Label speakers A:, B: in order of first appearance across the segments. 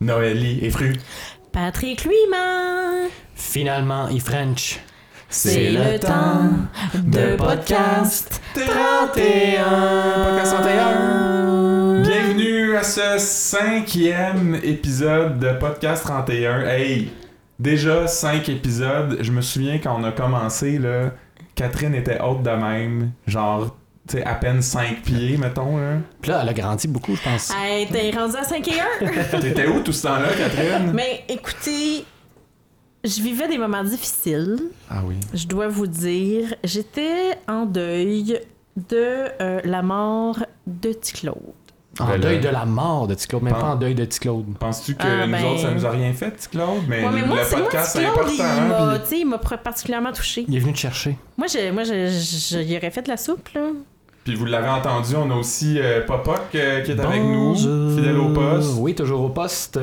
A: Noélie et Fru.
B: Patrick Luyman,
C: Finalement, il French.
B: c'est le temps de podcast 31.
A: Podcast 31. Bienvenue à ce cinquième épisode de Podcast 31. Hey, déjà cinq épisodes. Je me souviens quand on a commencé, là, Catherine était haute de même. Genre, tu sais, à peine cinq pieds, mettons. Là.
C: Puis là, elle a grandi beaucoup, je pense.
A: Ah.
B: Hey, t'es rendu à 5 et 1.
A: T'étais où tout ce temps-là, Catherine?
B: Mais écoutez, je vivais des moments difficiles,
A: Ah oui.
B: je dois vous dire. J'étais en deuil de euh, la mort de Ticlaude.
C: En
A: Ben là.
C: deuil de la mort de Ticlaude, mais
A: Pan-
C: pas en deuil de Ticlaude.
A: Penses-tu que
B: Ah,
A: nous
B: ben-
A: autres, ça nous a rien fait, petit Claude? Mais,
B: Ouais, mais moi,
A: le
B: c'est moi,
A: podcast, c'est
B: Ticlaude,
A: important.
B: il
A: hein,
B: m'a,
A: puis-
B: tu sais, il m'a pr- particulièrement touchée.
C: Il est venu te chercher.
B: Moi, je, moi, je, je, je- il aurait fait de la soupe, là.
A: Puis vous l'avez entendu, on a aussi euh, Popoc euh, qui est avec nous,
C: Bonjour.
A: fidèle au poste.
C: Oui, toujours au poste.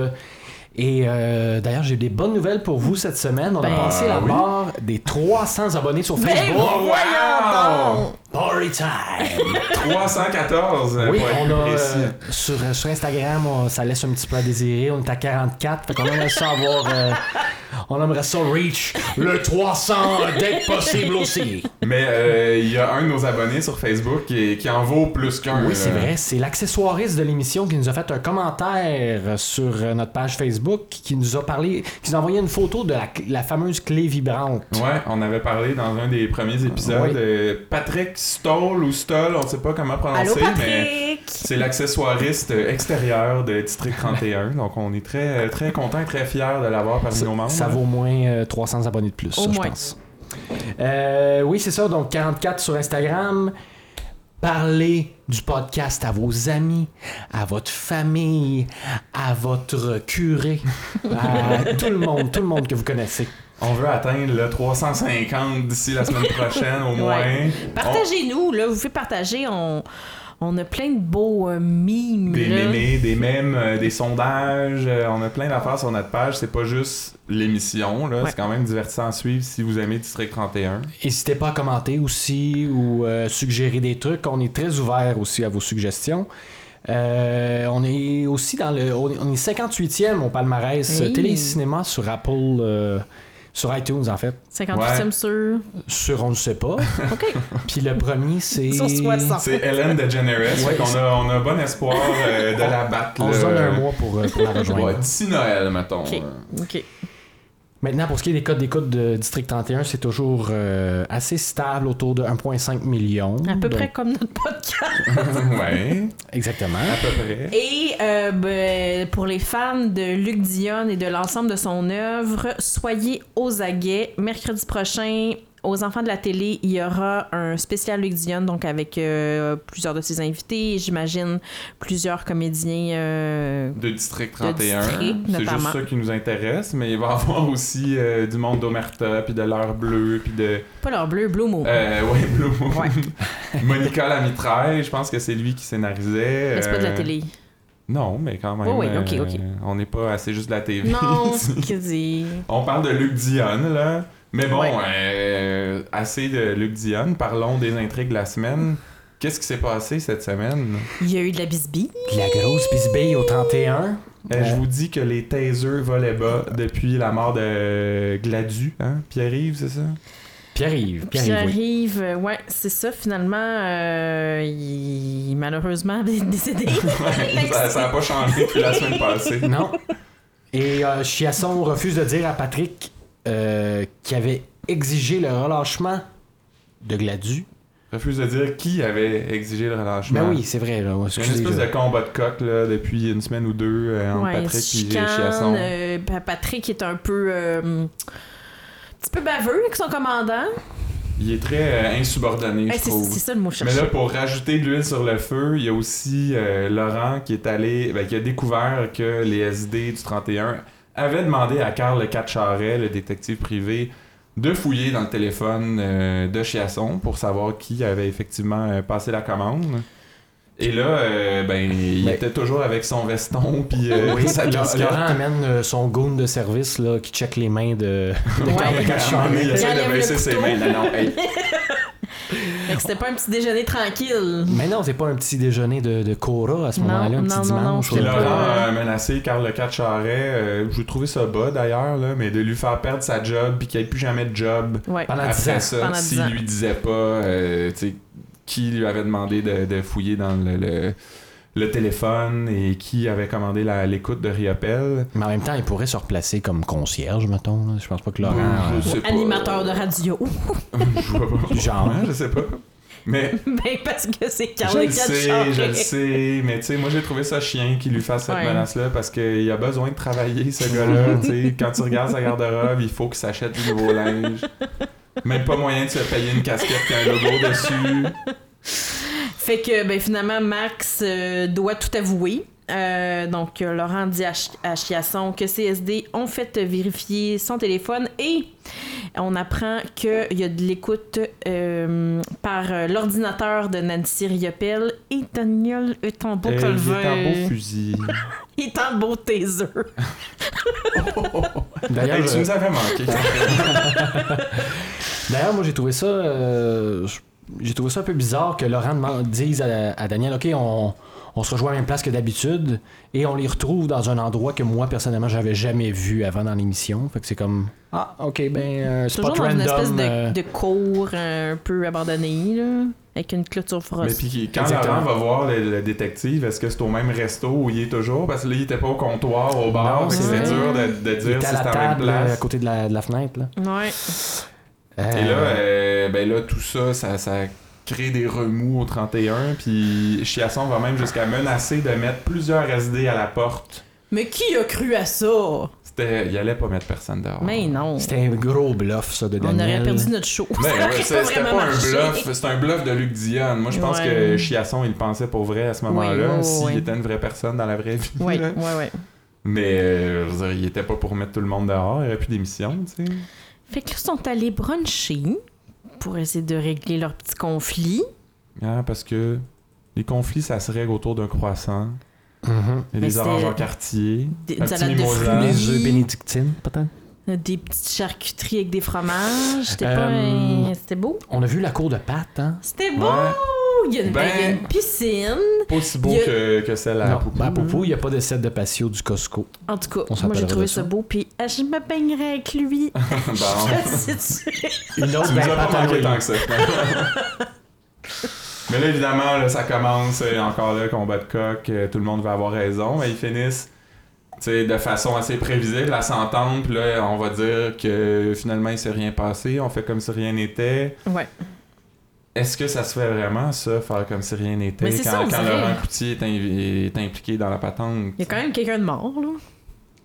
C: Et euh, d'ailleurs, j'ai des bonnes nouvelles pour vous cette semaine. On
B: Ben,
C: a passé la
A: oui.
C: barre des 300 abonnés sur Facebook.
A: Oh, wow!
B: donc!
C: Party time!
A: 314
C: Oui,
A: pour être
C: on
A: plus
C: a,
A: précis.
C: euh, sur, euh, sur Instagram, on- ça laisse un petit peu à désirer. On est à 44. Fait qu'on aimerait ça avoir. euh, on aimerait ça reach le 300 dès que possible aussi.
A: Mais euh, il y a un de nos abonnés sur Facebook qui, qui en vaut plus qu'un. euh,
C: Oui,
A: là.
C: c'est vrai. C'est l'accessoiriste de l'émission qui nous a fait un commentaire sur euh, notre page Facebook, qui nous a parlé, qui nous a envoyé une photo de la, la fameuse clé vibrante.
A: Ouais, on avait parlé dans un des premiers épisodes.
C: Oui.
A: euh, Patrick Stoll ou Stoll, on sait pas comment
B: Allô,
A: prononcer, mais
B: Patrick!
A: c'est l'accessoiriste euh, extérieur de District 31. donc on est très, euh, très content, très fier de l'avoir parmi
C: Ça,
A: nos membres.
C: ça vaut moins euh, 300 abonnés de plus,
B: Au
C: ça, je
B: moins.
C: pense. Euh, oui, c'est ça. Donc, 44 sur Instagram. Parlez du podcast à vos amis, à votre famille, à votre curé, à tout le monde, tout le monde que vous connaissez.
A: On veut atteindre le 350 d'ici la semaine prochaine au moins.
B: Ouais. Partagez-nous, là. Vous pouvez partager. On, on a plein de beaux euh,
A: On-
B: mimes,
A: Des
B: là.
A: mémés, des mèmes, euh, des sondages, euh, on a plein d'affaires sur notre page. C'est pas juste l'émission, là.
B: Ouais.
A: c'est quand même divertissant à suivre si vous aimez District 31.
C: N'hésitez pas à commenter aussi ou euh, suggérer des trucs. On est très ouvert aussi à vos suggestions. Euh, on est aussi dans le. On est on est 58e au palmarès
B: Hey.
C: télé et cinéma sur Apple, euh, sur iTunes en fait.
B: 58 e
A: Ouais.
B: sur...
C: Sur On ne sait pas.
B: OK.
C: Puis le premier c'est.
B: Sur 60.
A: C'est Hélène DeGeneres,
C: Ouais,
A: fait qu'on a, on a bon espoir euh, de la battre.
C: On
A: là.
C: se donne un mois pour, euh, pour la rejoindre.
A: Ouais, d'ici Noël, mettons. euh.
B: OK. OK.
C: Maintenant, pour ce qui est des codes d'écoute de District 31, c'est toujours euh, assez stable autour de 1,5 million.
B: À peu
C: Donc-
B: près comme notre podcast.
A: ouais,
C: Exactement.
A: à peu près.
B: Et euh, ben, pour les fans de Luc Dion et de l'ensemble de son œuvre, soyez aux aguets. Mercredi prochain, aux enfants de la télé, il y aura un spécial Luc Dion, donc avec euh, plusieurs de ses invités, et j'imagine plusieurs comédiens. euh,
A: De District
B: De
A: 31.
B: District,
A: C'est
B: notamment.
A: juste ça qui nous intéresse, mais il va y avoir aussi euh, du monde d'Omerta, puis de l'heure bleue, puis de.
B: pas leur bleu, Blue Moon.
A: Euh, ouais, Blue Moon. Monica Lamitraille, je pense que c'est lui qui scénarisait.
B: Mais c'est pas de la
A: euh,
B: télé.
A: Non, mais quand même.
B: Oui, oui, ok,
A: euh,
B: ok.
A: on n'est pas assez juste de la TV.
B: Non, que dis.
A: on parle de Luc Dion, là. Mais bon,
B: Ouais.
A: euh, assez de Luc Dion. Parlons des intrigues de la semaine. Qu'est-ce qui s'est passé cette semaine?
B: Il y a eu de la bisbille.
C: Puis la grosse bisbille au 31.
A: Euh, Je
C: Ouais.
A: vous dis que les tasers volaient bas depuis la mort de Gladu, hein? Pierre-Yves, c'est ça?
C: Pierre-Yves.
B: Puis
C: Pierre-Yves, oui.
B: arrive, euh, ouais, c'est ça, finalement, euh, il malheureusement il est décédé.
A: ça ça a pas changé depuis la semaine passée.
C: Non. Et euh, Chiasson refuse de dire à Patrick euh, qu'il avait exigé le relâchement de Gladu.
A: Refuse de dire qui avait exigé le relâchement.
C: Ben oui, c'est vrai. Là,
A: C'est une espèce
C: là.
A: de combat de coq là, depuis une semaine ou deux euh, entre
B: Ouais,
A: Patrick et
B: chicane,
A: Chiasson.
B: euh, pa- Patrick est un peu. euh, un petit peu baveux avec son commandant.
A: Il est très euh, insubordonné,
B: Eh,
A: je
B: c'est
A: trouve.
B: c'est ça le mot
A: Mais
B: cherché.
A: là, pour rajouter de l'huile sur le feu, il y a aussi euh, Laurent qui est allé, ben, qui a découvert que les SD du 31 avaient demandé à Carl Le Catcharet, le détective privé, de fouiller dans le téléphone euh, de Chiasson pour savoir qui avait effectivement euh, passé la commande. Et là, euh, ben, il
C: Ben-
A: était toujours avec son veston puis euh,
C: Oui,
A: sa
C: Laurent
A: casquette.
C: amène euh, son goon de service là, qui check les mains de, de
B: Ouais.
C: Carl
A: Il essaie
B: Il
C: Lacachère.
A: de
B: enlève
A: baisser
B: le
A: ses
B: couteau.
A: mains. Non, non, hey.
B: Fait que c'était pas un petit déjeuner tranquille.
C: Mais non, c'est pas un petit déjeuner de, de Cora à ce
B: Non,
C: moment-là, un petit
B: non, non, non,
C: dimanche.
A: Puis
B: c'est
C: ou-
B: pas-
A: Laurent a euh, menacé Carl le 4 Charret, euh, j'ai trouvé ça bas d'ailleurs, là, mais de lui faire perdre sa job puis qu'il n'y ait plus jamais de job
B: Ouais.
C: Pendant dix ans.
A: après ça,
B: Pendant
A: s'il
B: dix ans.
A: lui disait pas euh, tu sais, qui lui avait demandé de, de fouiller dans le, le- le téléphone et qui avait commandé la- l'écoute de Riopel.
C: Mais en même temps, il pourrait se replacer comme concierge, mettons. là. Je pense pas que Laurent.
A: Je
C: euh,
A: sais pas.
B: Animateur de radio. Ouh,
A: Je vois pas.
C: Genre.
A: Je sais pas. Mais
B: ben parce que c'est
A: je
B: Carl
A: le
B: qui
A: sais, je le sais, mais tu sais, moi j'ai trouvé ça chien qu'il lui fasse cette
B: Ouais.
A: menace-là parce qu'il a besoin de travailler, ce gars-là. tu sais. quand tu regardes sa garde-robe, il faut qu'il s'achète du nouveau linge. Même pas moyen de se payer une casquette qui a un logo dessus.
B: Fait que ben, finalement, Max euh, doit tout avouer. Euh, donc, euh, Laurent dit à, Ch- à Chiasson que CSD ont fait vérifier son téléphone et on apprend qu'il y a de l'écoute euh, par euh, l'ordinateur de Nancy Riopel et Daniel est en beau
A: Eh, il est en beau
B: colvin.
A: fusil.
B: Il est en beau taser.
A: Hey,
C: D'ailleurs, euh,
A: tu
C: je-
A: nous avais manqué.
C: D'ailleurs, moi, j'ai trouvé ça. euh, je- j'ai trouvé ça un peu bizarre que Laurent demande- dise à, à Daniel OK, on, on se rejoint à la même place que d'habitude et on les retrouve dans un endroit que moi, personnellement, j'avais jamais vu avant dans l'émission. Fait que c'est comme Ah, OK, ben, un
B: Toujours
C: spot
B: dans une espèce
C: random.
B: de,
C: euh,
B: de cours euh, un peu abandonné, là, avec une clôture
A: Mais
B: frost.
A: puis quand
C: Exactement.
A: Laurent va voir le, le détective, est-ce que c'est au même resto où il est toujours? Parce que là, il était pas au comptoir, au bar,
C: Non,
A: fait que
C: c'est
A: c'était dur
B: vrai.
A: de, de
C: il
A: dire
C: était
A: si
C: à la
A: c'était en même
C: table euh, à
A: place.
C: côté de la, de la fenêtre. Là.
B: Ouais.
A: Et là,
C: Euh,
A: euh, ben là, tout ça, ça, ça crée des remous au 31, puis Chiasson va même jusqu'à menacer de mettre plusieurs SD à la porte.
B: Mais qui a cru à ça?
A: Ah. C'était... Il allait pas mettre personne dehors.
B: Mais non.
C: C'était un gros bluff, ça, de
B: On
C: Daniel.
B: aurait perdu notre show.
A: Ben,
B: Ça
A: ouais,
B: aurait
A: c'est- c'était pas,
B: vraiment
A: un
B: marché.
A: bluff, c'était un bluff de Luc Dion. Moi, je pense
B: Ouais.
A: que Chiasson, il le pensait pour vrai à ce moment-là,
B: Oui, oui,
A: s'il
B: oui.
A: était une vraie personne dans la vraie vie.
B: Oui,
A: là.
B: oui, oui.
A: Mais euh, je veux dire, il était pas pour mettre tout le monde dehors, il aurait pu démission, tu sais.
B: Fait que là, ils sont allés bruncher pour essayer de régler leur petit conflit.
A: Ah, parce que les conflits, ça se règle autour d'un croissant.
C: Mhm.
A: Il y a
B: Mais
A: des
B: c'est-
A: oranges en quartier.
B: Des-
A: un
B: une
A: petit
B: salade de
A: mimosa.
B: fruits.
C: Les œufs bénédictines, peut-être.
B: Des petites charcuteries avec des fromages. C'était
C: Euh,
B: pas un- C'était beau.
C: On a vu la cour de pâtes, hein?
B: C'était beau!
A: Ouais.
B: Il y a une,
A: Ben-
B: il y a une piscine.
A: Pas aussi beau
B: Il y a-
A: que, que celle à
C: non,
A: Poupou.
C: à Poupou, il n'y a pas de set de patio du Costco.
B: En tout
C: On
B: cas, moi,
C: s'appellera
B: j'ai trouvé
C: de
B: ça
C: ça.
B: beau. Puis, ah, je me baignerais avec lui.
A: Bon.
B: Je sais tu-
C: Une autre ben,
A: Tu nous as Ben,
C: belle
A: pas
C: pâte à
A: manqué
C: l'huile.
A: tant que ça. Mais là, évidemment, là, ça commence. euh, Encore là, combat de coq. euh, Tout le monde va avoir raison. Mais ils finissent tu sais, de façon assez prévisible à s'entendre. Puis là, on va dire que finalement, il s'est rien passé. On fait comme si rien n'était.
B: Ouais.
A: Est-ce que ça se fait vraiment, ça, faire comme si rien n'était
B: Mais c'est
A: quand,
B: ça, on
A: quand
B: dirait.
A: Laurent Coutier est, invi- est impliqué dans la patente?
B: Il y a quand même quelqu'un de mort, là.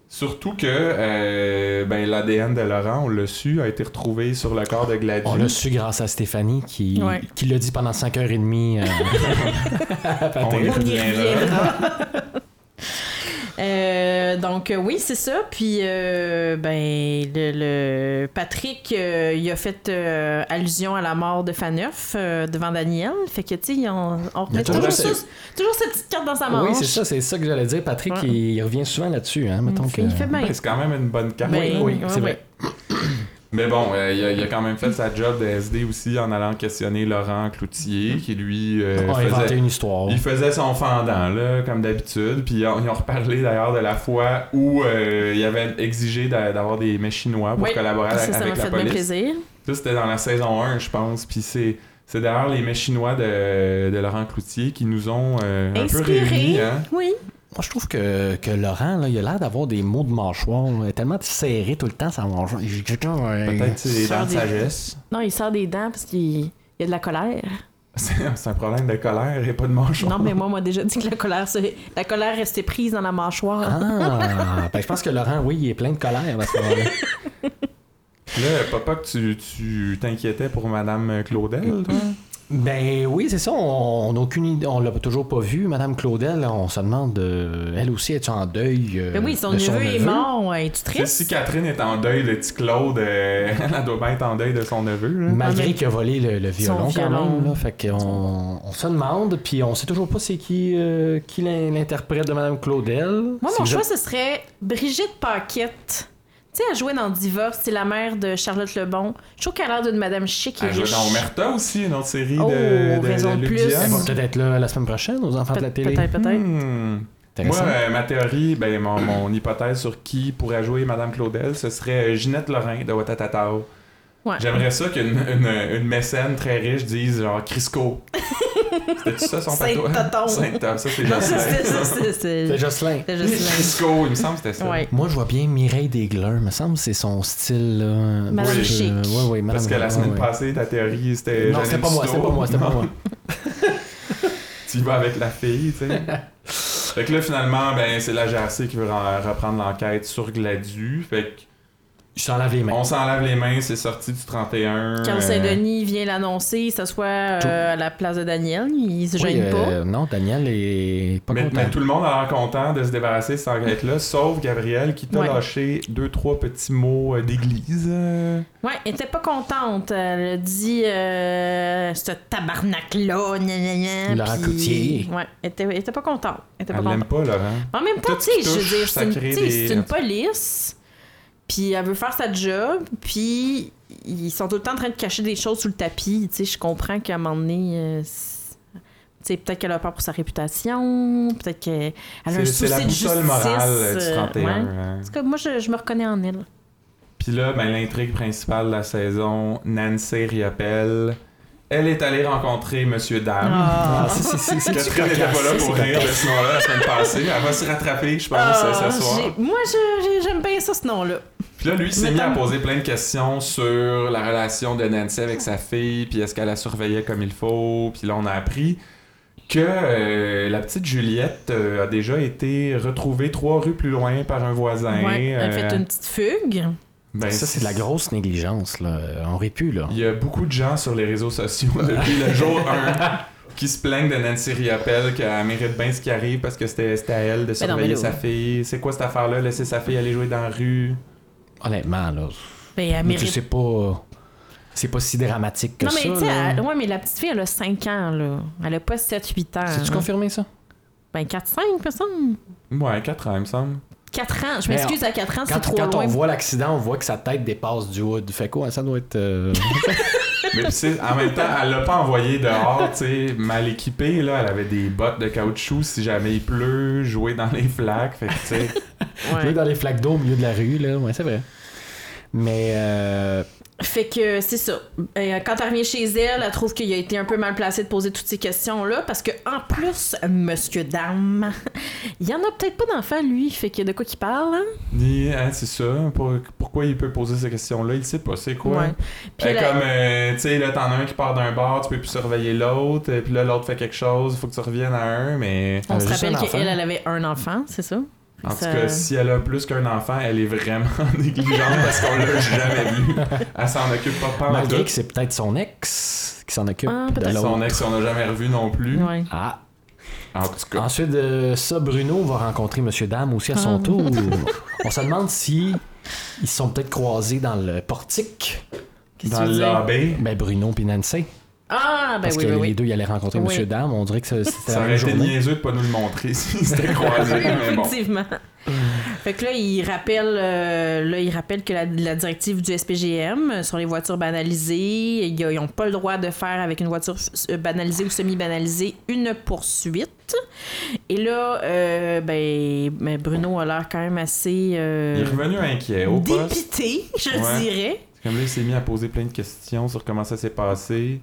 A: Surtout que euh, ben, l'ADN de Laurent, on l'a su, a été retrouvé sur le corps de Gladys.
C: On l'a su grâce à Stéphanie qui,
B: Ouais.
C: qui l'a dit pendant 5h30.
A: On y
B: On y
A: reviendra.
B: reviendra. Euh, donc euh, oui c'est ça puis euh, ben le, le- Patrick euh, il a fait euh, allusion à la mort de Faneuf euh, devant Daniel fait que tu sais on, on
C: Il y a
B: remet
C: toujours
B: toujours, ça-
C: cette-
B: toujours cette petite carte dans sa manche
C: oui, c'est ça, c'est ça que j'allais dire. Patrick,
B: Ouais.
C: il, il revient souvent là-dessus. Hein, mettons
B: il,
C: que...
B: fait, il fait bien
A: Ben, c'est quand même une bonne carte.
B: Ben,
C: oui,
B: ouais,
C: c'est vrai.
A: Mais bon, euh, il, a, il a quand même fait sa job de SD aussi en allant questionner Laurent
C: Mm-hmm.
A: Cloutier, qui lui euh,
C: On a inventé
A: faisait,
C: une histoire.
A: il faisait son fendant, là, comme d'habitude. Puis ils ont, ils ont reparlé d'ailleurs de la fois où euh, il avait exigé d'a- d'avoir des méchinois pour
B: Oui,
A: collaborer
B: ça
A: avec
B: ça m'a
A: la
B: fait bien
A: police.
B: plaisir
A: Ça, c'était dans la saison 1, je pense. Puis c'est, c'est d'ailleurs les mets chinois de, de Laurent Cloutier qui nous ont euh, un peu réunis.
B: inspiré
A: Hein?
B: oui
C: Moi, je trouve que, que Laurent, là, il a l'air d'avoir des mots de mâchoire. là. Il est tellement serré tout le temps, sa mâchoire. Il-
A: Peut-être c'est des dents de
B: Sort des-
A: sagesse.
B: non il sort des dents parce qu'il il y a de la colère
A: C'est, c'est un problème de colère et pas de manchon.
B: non mais moi on m'a déjà dit que la colère se- la colère restait prise dans la mâchoire
C: Ah, ben, je pense que Laurent, oui, il est plein de colère à ce moment-là.
A: Là, papa, que tu, tu t'inquiétais pour Madame Claudel, toi?
B: Mm-hmm.
C: Ben oui, c'est ça. On on n'a aucune idée. On l'a toujours pas vu, Madame Claudel. On se demande, euh, elle aussi, est-tu en deuil euh,
B: Ben oui, son
C: de
B: neveu, est mort, ouais. Es-tu
A: Tu sais,
B: triste?
A: Si Catherine est en deuil de petit Claude, euh, elle doit bien être en deuil de son neveu. Là.
B: Ah,
C: Malgré
B: mais-
C: qu'il a volé le, le violon, quand
B: violon.
C: même. Là, fait qu'on on se demande, puis on sait toujours pas c'est qui, euh, qui l'in- l'interprète de Madame Claudel.
B: Moi,
C: C'est
B: mon
C: que je-
B: choix, ce serait Brigitte Paquette Tu sais, elle jouait dans Divorce, c'est la mère de Charlotte Lebon. Je trouve qu'elle a l'air d'une madame chic et
A: Elle joue
B: riche.
A: dans Omerta aussi, une autre série
B: Oh,
A: de, de,
B: raison
A: de
B: de
A: Luc
B: plus.
A: Dion.
C: Elle va peut-être être là la semaine prochaine aux enfants de la
B: Pe-
C: télé.
B: Peut-être, peut-être.
A: Hmm. Moi,
C: Intéressant.
A: euh, ma théorie, ben, mon, mon hypothèse sur qui pourrait jouer Madame Claudel, ce serait euh, Ginette Lorrain de Watatatao.
B: Ouais.
A: J'aimerais ça qu'une une, une mécène très riche dise genre Crisco. C'était ça son
B: Saint
A: patois?
B: Toton.
A: Saint-Toton. Ça, c'est
B: Non, c'est-
A: Jocelyn.
B: c'est- c'est- c'est-
C: C'est
B: c'est-
C: Jocelyn.
B: C'est juste
A: Crisco, il me semble que c'était ça.
B: Ouais.
C: Moi, je vois bien Mireille Desgleurs. Me semble que c'est son style. Là,
B: Madame
C: Oui.
B: Chic.
C: Ouais, ouais, Madame
A: Parce que la
C: Chic, ouais,
A: semaine
C: ouais.
A: passée, ta théorie, c'était.
C: Non,
A: Janine
C: c'était pas moi,
A: Cousteau.
C: c'était pas moi, c'était pas
A: Non.
C: moi.
A: tu y vas avec la fille, tu sais. fait que là, finalement, ben, c'est la GRC qui veut ren- reprendre l'enquête sur Gladu. Fait
C: Je s'en lave les mains.
A: qu'on s'en lave les mains, c'est sorti du 31.
B: Quand
A: euh,
B: Saint-Denis vient l'annoncer, il s'assoit euh,
C: Tout.
B: à la place de Daniel, il se
C: Oui,
B: gêne pas.
C: euh, non, Daniel est pas
A: mais,
C: content.
A: mais tout le monde a l'air content de se débarrasser de cette enquête-là, sauf Gabriel qui t'a
B: Ouais.
A: lâché deux, trois petits mots euh, d'église. euh.
B: Ouais, elle était pas contente. Elle a dit euh, ce tabarnak-là, gna gna gna.
C: Laurent
B: puis-
C: Coutier.
B: Ouais, elle était, elle était pas contente. Elle était pas
A: Elle l'aime
B: contente.
A: pas, Laurent.
B: Mais En même temps,
A: Tout
B: tu
A: ce
B: sais,
A: qui
B: je
A: touche,
B: veux dire,
A: ça
B: c'est une,
A: crée
B: tu sais,
A: des-
B: c'est une police, puis elle veut faire sa job, puis ils sont tout le temps en train de cacher des choses sous le tapis. Tu sais, je comprends qu'à un moment donné, euh, c'est- tu sais, peut-être qu'elle a peur pour sa réputation, peut-être qu'elle a un
A: C'est
B: souci
A: c'est la
B: de
A: boussole
B: justice,
A: morale euh, du
B: euh,
A: 31.
B: ouais.
A: hein.
B: En tout cas, moi, je, je me reconnais en elle.
A: Puis là, ben, l'intrigue principale de la saison, Nancy Riopelle, elle est allée rencontrer Monsieur Dame.
B: Ah.
C: c'est- c'est- c'est- c'est-
A: Catherine n'était pas là
C: c'est-
A: pour
C: c'est-
A: rire de ce nom-là la semaine passée. Elle va se rattraper, je pense, euh,
B: Ah,
A: ce soir.
B: j'ai- moi, je- j'ai- j'aime bien ça, ce nom-là.
A: Puis là, lui, il s'est mis
B: Mettons-
A: à poser plein de questions sur la relation de Nancy avec sa fille, puis est-ce qu'elle la surveillait comme il faut. Puis là, on a appris que euh, la petite Juliette euh, a déjà été retrouvée trois rues plus loin par un voisin.
B: Ouais, elle
A: Euh,
B: fait une petite fugue.
A: ben,
C: Ça, c'est de la grosse négligence, là. On aurait pu, là.
A: Il y a beaucoup de gens sur les réseaux sociaux depuis le jour 1 qui se plaignent de Nancy Riappel qu'elle mérite bien ce qui arrive parce que c'était c'était à elle de surveiller
B: Ben
A: sa
B: là, ouais.
A: fille. C'est quoi cette affaire-là? Laisser sa fille aller jouer dans la rue?
C: Honnêtement, là.
B: Ben, elle
C: Mais
B: mérite
C: tu sais pas. C'est pas si dramatique que
B: Non, mais
C: ça.
B: tu sais,
C: là.
B: elle- ouais, mais la petite fille, elle a 5 ans, là. Elle a pas 7-8 ans.
C: C'est-tu
B: hein.
C: confirmé, ça?
B: Ben, 4-5, personne.
A: Ouais, 4 ans, il me semble.
B: 4 ans. Je
C: Mais
B: m'excuse, à 4 ans, c'est
C: Quand,
B: trop
C: quand
B: loin.
C: on voit l'accident, on voit que sa tête dépasse du hood. Fait quoi? Ça doit être. euh,
A: Mais tu sais, en même temps, elle l'a pas envoyé dehors, tu sais, mal équipée, là. Elle avait des bottes de caoutchouc si jamais il pleut, jouer dans les flaques. Fait que, tu sais,
B: Ouais.
C: Là, dans les flaques d'eau au milieu de la rue, là. Ouais, c'est vrai. Mais. euh,
B: Fait que c'est ça. Et, euh, quand elle revient chez elle, elle trouve qu'il a été un peu mal placé de poser toutes ces questions-là parce que en plus, monsieur dame, il y en a peut-être pas d'enfant, lui. Fait que de quoi qu'il parle, hein?
A: ni- hein, c'est ça. Pour- pourquoi il peut poser ces questions-là? Il sait pas, c'est quoi?
B: Ouais. Puis
A: Euh,
B: elle a-
A: Comme, euh, tu sais, là, t'en as un qui part d'un bar, tu peux plus surveiller l'autre, euh, puis là, l'autre fait quelque chose, faut que tu reviennes à un, mais
B: on se
C: Elle a Euh, juste
B: rappelle
C: un enfant.
B: qu'elle, elle avait un enfant, c'est ça?
A: en tout
B: Ça-
A: cas, si elle a plus qu'un enfant, elle est vraiment négligente parce qu'on l'a jamais vue. Elle s'en occupe pas pas
C: malgré
A: tout.
C: que c'est peut-être son ex qui s'en occupe.
B: Ah,
C: de
B: peut-être.
C: l'autre.
A: Son ex, on l'a jamais revu non plus.
B: Ouais.
C: Ah,
A: En tout cas,
C: Ensuite de ça, Bruno va rencontrer Monsieur Dame aussi à son
B: Ah.
C: tour. On se demande si ils se sont peut-être croisés dans le portique.
B: Qu'est-ce que
A: dans
B: tu veux
A: le
B: dire?
A: lobby,
C: Ben Bruno puis Nancy.
B: Ah, ben
C: parce
B: oui,
C: que
B: oui,
C: les
B: oui.
C: deux, ils allaient rencontrer
B: Oui.
C: Monsieur Dame. On dirait que ça- c'était
A: ça
C: la
A: aurait
C: même
A: été
C: journée.
A: niaiseux de pas nous le montrer s'ils s'étaient croisés, mais bon. Hmm.
B: Effectivement. fait que là, il rappelle, euh, là, il rappelle que la, la directive du SPGM sur les voitures banalisées, ils n'ont pas le droit de faire avec une voiture euh, banalisée ou semi-banalisée une poursuite. Et là, euh, ben, ben, Bruno a l'air quand même assez euh,
A: Il est revenu inquiet au poste.
B: dépité, je
A: Ouais.
B: dirais.
A: Comme là, il s'est mis à poser plein de questions sur comment ça s'est passé.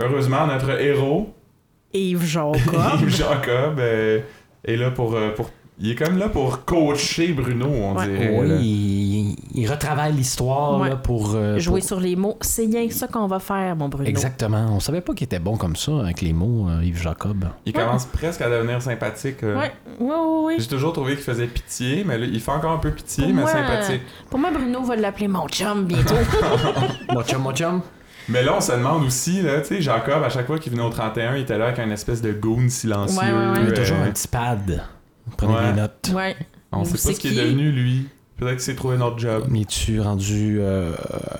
A: Heureusement, notre héros,
B: Yves
A: Yves
B: Jacob.
A: Jacob euh, est là pour, euh, pour. Il est comme là pour coacher Bruno, on
B: Ouais.
A: dirait.
C: Oui,
A: là.
C: il, il retravaille l'histoire
B: Ouais.
C: là, pour. euh,
B: Jouer
C: pour-
B: sur les mots, c'est rien que ça qu'on va faire, mon Bruno.
C: Exactement. On savait pas qu'il était bon comme ça avec les mots, euh, Yves Jacob.
A: Il commence presque à devenir sympathique. euh.
B: Ouais, ouais, ouais, ouais.
A: J'ai toujours trouvé qu'il faisait pitié, mais là, il fait encore un peu pitié,
B: Pour
A: mais
B: moi,
A: sympathique.
B: Pour moi, Bruno va l'appeler mon chum bientôt.
C: Mon chum, mon chum.
A: Mais là, on se demande aussi, là, tu sais, Jacob, à chaque fois qu'il venait au 31, il était là avec un espèce de goon silencieux.
B: Ouais, ouais, ouais.
C: Il y a
A: euh,
C: toujours un petit pad. Prenez
A: Ouais.
C: des notes.
B: ouais.
A: on sait
B: C'est
A: pas ce qu'il
B: qui?
A: est devenu, lui. Peut-être qu'il s'est trouvé un autre job.
C: Es-tu rendu euh,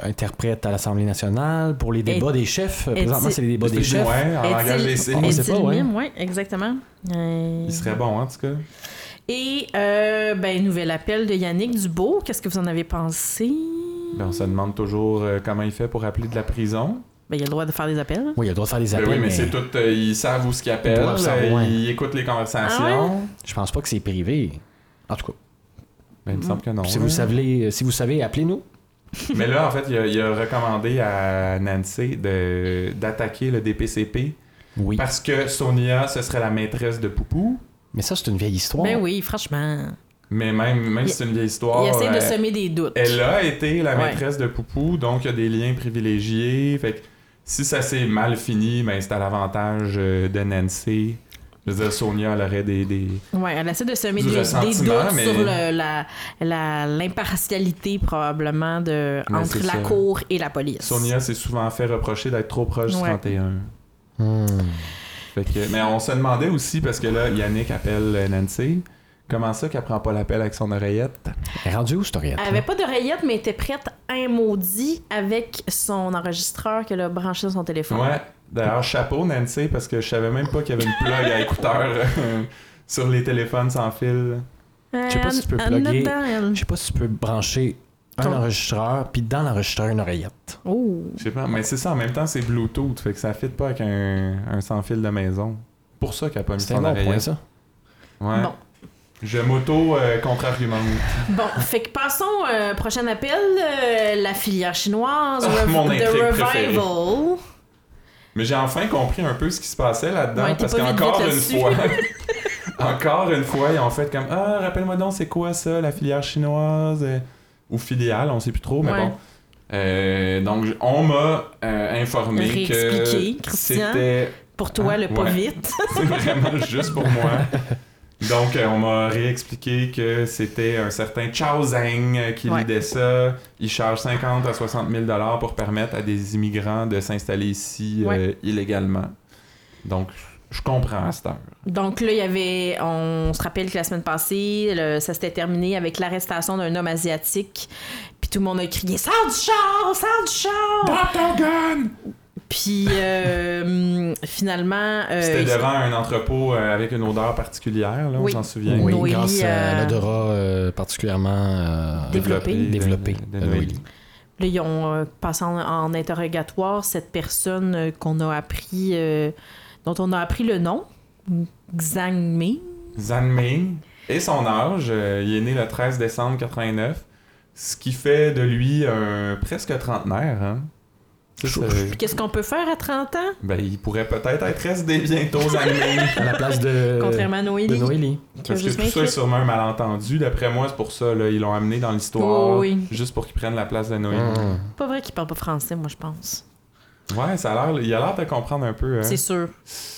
C: interprète à l'Assemblée nationale pour les débats des chefs? Présentement,
B: est-il-
C: c'est les débats des chefs.
A: Ouais, en langage des signes.
C: on sait
B: est-il
C: pas, ouais.
B: mime? Ouais, exactement. Euh,
A: Il serait bon, en tout cas.
B: Et, euh, ben, nouvel appel de Yannick Dubo. Qu'est-ce que vous en avez pensé?
A: Ben, on se demande toujours euh, comment il fait pour appeler de la prison.
B: Ben, il a le droit de faire des appels.
C: Oui, il a le droit de faire des
A: Ben
C: appels.
A: oui, mais,
C: mais
A: c'est tout. euh, ils savent où ce qu'ils appellent.
C: doivent savoir,
A: euh,
C: ouais.
A: Ils écoutent les conversations.
B: Ah
C: Je pense pas que c'est privé. En tout cas,
A: Ben, il me semble que non.
C: si,
A: hein.
C: vous savez, si vous savez, appelez-nous.
A: Mais là, en fait, il a, il a recommandé à Nancy de- d'attaquer le DPCP
C: Oui.
A: parce que Sonia, ce serait la maîtresse de Poupou.
C: Mais ça, c'est une vieille histoire.
B: Ben oui, franchement.
A: Mais même, même si c'est une vieille histoire.
B: il essaie de
A: euh,
B: semer des doutes.
A: Elle a été la
B: Ouais.
A: maîtresse de Poupou, donc il y a des liens privilégiés. Fait que si ça s'est mal fini, ben c'est à l'avantage euh, de Nancy. Je veux dire, Sonia, elle aurait des. des...
B: Ouais, elle essaie de semer
A: Du
B: des, des doutes
A: ressentiment, mais-
B: sur le- la- la- l'impartialité probablement de,
A: Ouais,
B: entre
A: c'est
B: la
A: ça.
B: cour et la police.
A: Sonia s'est souvent fait reprocher d'être trop proche du
B: Ouais.
A: 31.
C: Hmm.
A: Fait que- mais on se demandait aussi, parce que là, Yannick appelle euh, Nancy. Comment ça qu'elle prend pas l'appel avec son oreillette?
C: Elle est rendue où, cette oreillette?
B: Elle avait pas d'oreillette, mais était prête un maudit avec son enregistreur qu'elle a branché sur son téléphone.
A: Ouais. D'ailleurs, chapeau Nancy, parce que je savais même pas qu'il y avait une plug à écouteurs euh, sur les téléphones sans fil.
B: Euh,
C: Je sais pas si tu peux
B: elle- elle
C: plugger.
B: note dans elle.
C: Je sais pas si tu peux brancher un
B: Ton-
C: enregistreur, puis dans l'enregistreur, une oreillette.
B: Oh.
A: Je sais pas, mais c'est ça, en même temps, c'est Bluetooth, fait que ça fit pas avec un, un sans fil de maison. Pour ça qu'elle a pas mis
C: C'est un
A: son
C: bon
A: oreillette.
C: point, ça.
A: Ouais.
B: Bon.
A: Je m'auto euh, contre-argumente.
B: Bon, fait que passons euh, prochain appel, euh, la filière chinoise,
A: Ah,
B: Rev-
A: mon
B: The
A: intrigue
B: Revival.
A: préférée. Mais j'ai enfin compris un peu ce qui se passait là-dedans,
B: Ouais, t'es
A: parce
B: pas vite,
A: qu'encore
B: vite
A: une
B: là-dessus.
A: fois, encore une fois, ils ont fait comme Ah, rappelle-moi donc, c'est quoi ça, la filière chinoise euh, Ou filiale, on sait plus trop, mais
B: Ouais.
A: bon. Euh, donc, j- on m'a euh, informé
B: Réexpliquer,
A: que
B: Christian.
A: c'était
B: Pour
A: Ah,
B: toi,
C: Hein?
B: le pas
A: ouais.
B: vite.
A: C'est vraiment juste pour moi. Donc, euh, on m'a réexpliqué que c'était un certain Chao Zhang euh, qui
B: Ouais.
A: lidait ça. Il charge 50 à 60 000 dollars pour permettre à des immigrants de s'installer ici euh, illégalement. Donc, je comprends à cette heure.
B: Donc là, il y avait, on se rappelle que la semaine passée, le- ça s'était terminé avec l'arrestation d'un homme asiatique. Puis tout le monde a crié Sors du char, sors du char. Puis euh, finalement, euh,
A: C'était
B: il-
A: devant un entrepôt euh, avec une odeur particulière, là,
B: Oui.
A: on s'en souvient.
B: Oui. Noélie,
C: grâce à
B: euh,
C: l'odorat euh, particulièrement euh,
B: Développé.
A: Développé.
C: Développé.
A: de- de
C: Ah oui.
A: Noélie.
B: là, ils ont euh, passé en, en interrogatoire cette personne euh, qu'on a appris, euh, dont on a appris le nom, Xang Ming.
A: Zan Ming et son âge, euh, il est né le 13 décembre 89, ce qui fait de lui un presque trentenaire. hein. Ça,
C: Je-
A: c'est-
B: Puis qu'est-ce qu'on peut faire à 30 ans,
A: ben, il pourrait peut-être être SD bientôt, Zan Ming.
C: à la place de,
B: contrairement à
C: Euh, de
B: Noélie?
C: Noélie.
B: qui a
A: Parce que
B: juste
A: tout ça est
B: vingt-huit.
A: sûrement un malentendu. D'après moi, c'est pour ça là, ils l'ont amené dans l'histoire,
B: Oh, Oui, oui.
A: juste pour qu'il prenne la place de Noémie.
C: Hmm.
B: Pas vrai qu'il parle pas français, moi, je pense.
A: Ouais, ça a l'air, il a l'air de comprendre un peu. hein.
B: C'est sûr.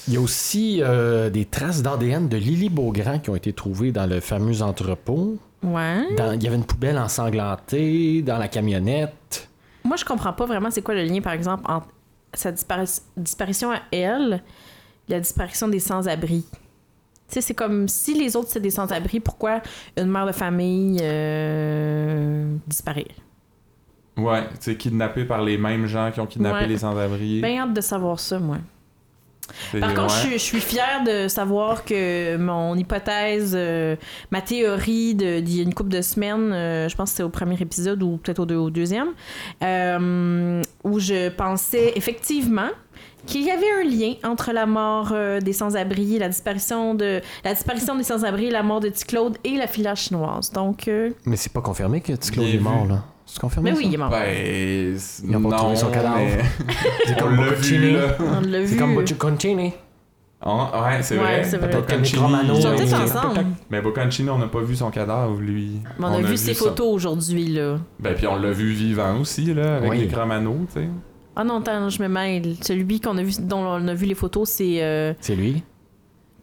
C: Il y a aussi euh, des traces d'ADN de Lily Beaugrand qui ont été trouvées dans le fameux entrepôt.
B: Ouais.
C: Dans- il y avait une poubelle ensanglantée dans la camionnette.
B: Moi, je comprends pas vraiment c'est quoi le lien, par exemple, entre sa dispari- disparition à elle et la disparition des sans-abri. Tu sais, c'est comme si les autres, c'est des sans-abri, pourquoi une mère de famille euh, disparaît?
A: Ouais, c'est kidnappé par les mêmes gens qui ont kidnappé
B: Ouais.
A: les sans-abri.
B: Bien hâte de savoir ça, moi.
A: C'est-
B: Par contre,
A: ouais.
B: je, suis- je suis fière de savoir que mon hypothèse, euh, ma théorie de- d'il y a une couple de semaines, euh, je pense que c'était au premier épisode ou peut-être au, deux- au deuxième, euh, où je pensais effectivement qu'il y avait un lien entre la mort euh, des sans-abri, la disparition de la disparition des sans-abri, la mort de Tic Claude et la filière chinoise. Donc, euh,
C: Mais c'est pas confirmé que Ticlo
A: Bien
C: est mort,
A: vu.
C: là. C'est confirmé?
B: mais
C: ça?
B: oui, il est mort.
A: Ben, c'est-
C: Ils ont pas
A: non,
C: trouvé son cadavre.
A: mais-
C: C'est
A: on
C: comme
A: l'a vu,
C: Bocconcini.
A: là.
B: On l'a
C: C'est
B: vu.
C: comme Bocconcini.
A: Ah, ouais, c'est
B: Ouais,
A: vrai.
B: c'est vrai.
A: Peut-être
C: Peut-être
A: Concini,
C: Romano,
B: Ils euh, sont tous
A: oui.
B: ensemble.
A: Mais Bocconcini, on n'a pas vu son cadavre, lui.
B: Mais on, a, vu ses
A: ça.
B: photos aujourd'hui, là.
A: Ben, puis on l'a vu vivant aussi, là, avec
C: Oui.
A: les Romano, tu sais.
B: Ah non, attends, je me mêle. Celui qu'on a vu, dont on a vu les photos, c'est euh,
C: C'est lui.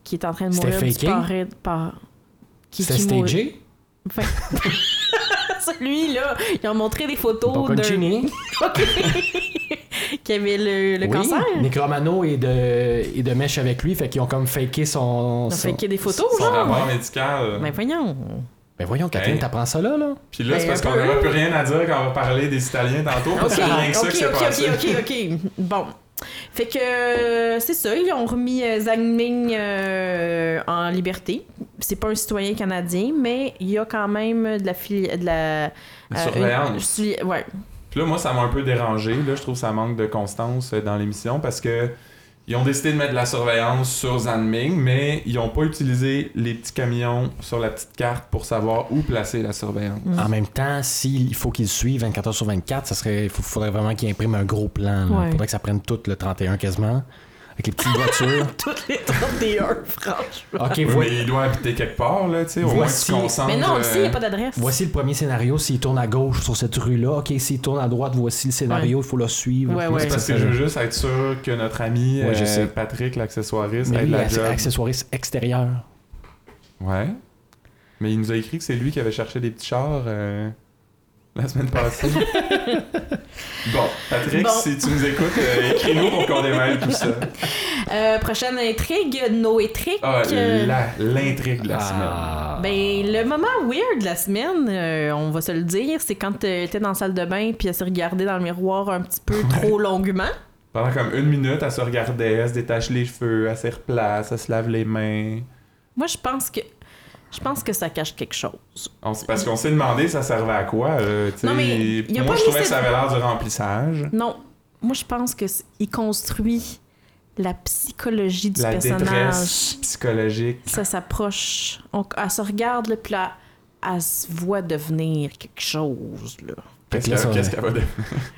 B: qui est en train de
C: C'était
B: mourir
C: faké?
B: du parrain- par... qui,
C: C'était
B: qui mourit.
C: stagé.
B: Enfin, celui là, ils ont montré des photos d'un
C: Bocconcini.
B: qui avait le, le
C: Oui.
B: cancer.
C: Nick Romano est de, est de mèche avec lui, fait qu'ils ont comme faké son...
B: Ils ont
C: son-
B: faké des photos,
A: Son
B: genre.
A: rapport médical.
B: Mais voyons.
C: Ben voyons, Catherine,
A: Hey.
C: t'apprends ça là, là?
A: Puis là, c'est
B: Ben,
A: parce
B: un
A: qu'on
B: peu.
A: n'aura plus rien à dire quand on va parler des Italiens tantôt,
B: Ok,
A: parce que c'est rien que ça
B: ok,
A: qui s'est
B: ok,
A: passé.
B: ok, ok, ok. Bon. Fait que euh, c'est ça, ils ont remis euh, Zhang Ming euh, en liberté. c'est pas un citoyen canadien, mais il y a quand même de la fili- de la
A: La
B: euh,
A: surveillance.
B: une- je suis- ouais.
A: Puis là, moi, ça m'a un peu dérangé. Là, je trouve que ça manque de constance euh, dans l'émission parce que ils ont décidé de mettre de la surveillance sur Zanming, mais ils n'ont pas utilisé les petits camions sur la petite carte pour savoir où placer la surveillance.
B: Mm.
C: En même temps, s'il faut qu'il suive 24 heures sur 24, ça serait, il faut- faudrait vraiment qu'il imprime un gros plan. Il
B: Ouais.
C: faudrait que ça prenne tout le 31 quasiment. Avec les petites voitures.
B: Toutes les 31, franchement.
C: OK,
A: Oui,
C: voilà.
A: mais il doit habiter quelque part, là, tu sais, au moins
C: Voici-
A: tu concentres.
B: Mais non,
A: euh,
B: ici, il n'y a pas d'adresse.
C: Voici le premier scénario. S'il tourne à gauche sur cette rue-là, OK, s'il tourne à droite, voici le scénario, il faut le suivre.
B: Ouais,
C: Puis
B: ouais.
A: C'est parce que je veux juste être sûr que notre ami
C: Ouais, je
A: euh,
C: sais.
A: Patrick, l'accessoiriste,
C: Mais
A: ait
C: lui,
A: la
C: acc-
A: job.
C: accessoiriste extérieur.
A: Ouais. Mais il nous a écrit que c'est lui qui avait cherché des petits chars euh, la semaine passée. bon, Patrick,
B: Bon.
A: si tu nous écoutes, euh, écris-nous pour qu'on démêle tout ça.
B: Euh, prochaine intrigue, Noétrique.
A: Ah,
B: Euh,
A: la- l'intrigue de la
C: Ah.
B: Ben, le moment weird de la semaine, euh, on va se le dire, c'est quand elle était dans la salle de bain puis elle s'est regardée dans le miroir un petit peu trop longuement.
A: semaine. Pendant comme une minute, elle se regardait, elle se détache les cheveux, elle se replace, elle se lave les mains.
B: Moi, je pense que je pense que ça cache quelque chose.
A: On s- parce qu'on s'est demandé ça servait à quoi. là, tu sais.
B: Non, mais y a
A: moi,
B: pas
A: je trouvais
B: mis
A: que ça
B: cette-
A: avait l'air du remplissage.
B: Non, moi, je pense que c- il construit la psychologie du
A: La
B: personnage.
A: détresse psychologique.
B: Ça s'approche. On- Elle se regarde, là, puis là, elle se voit devenir quelque chose. Là.
A: Qu'est-ce
C: que là,
A: qu'elle
C: ça-
A: qu'est-ce qu'elle va devenir?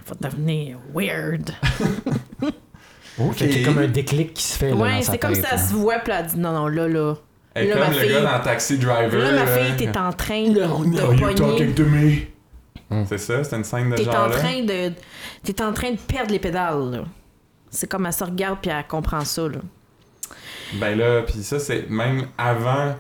B: Elle va devenir weird.
C: Oh, fait qu'il y a comme un déclic qui se fait. là, dans
B: ouais,
C: sa
B: c'est comme si
C: tête,
B: elle
C: là.
B: se voit, puis elle dit non, non, là, là.
A: Elle est
B: Là,
A: comme
B: ma
A: le
B: fille-
A: gars dans Taxi Driver.
B: Là, ma
A: là.
B: fille, t'es en train de
A: Are you
B: pogner.
A: talking to me? C'est ça, c'est une scène de
B: T'es
A: genre
B: en
A: là.
B: train de. T'es en train de perdre les pédales, là. C'est comme elle se regarde puis elle comprend ça, là.
A: Ben là, puis ça c'est même avant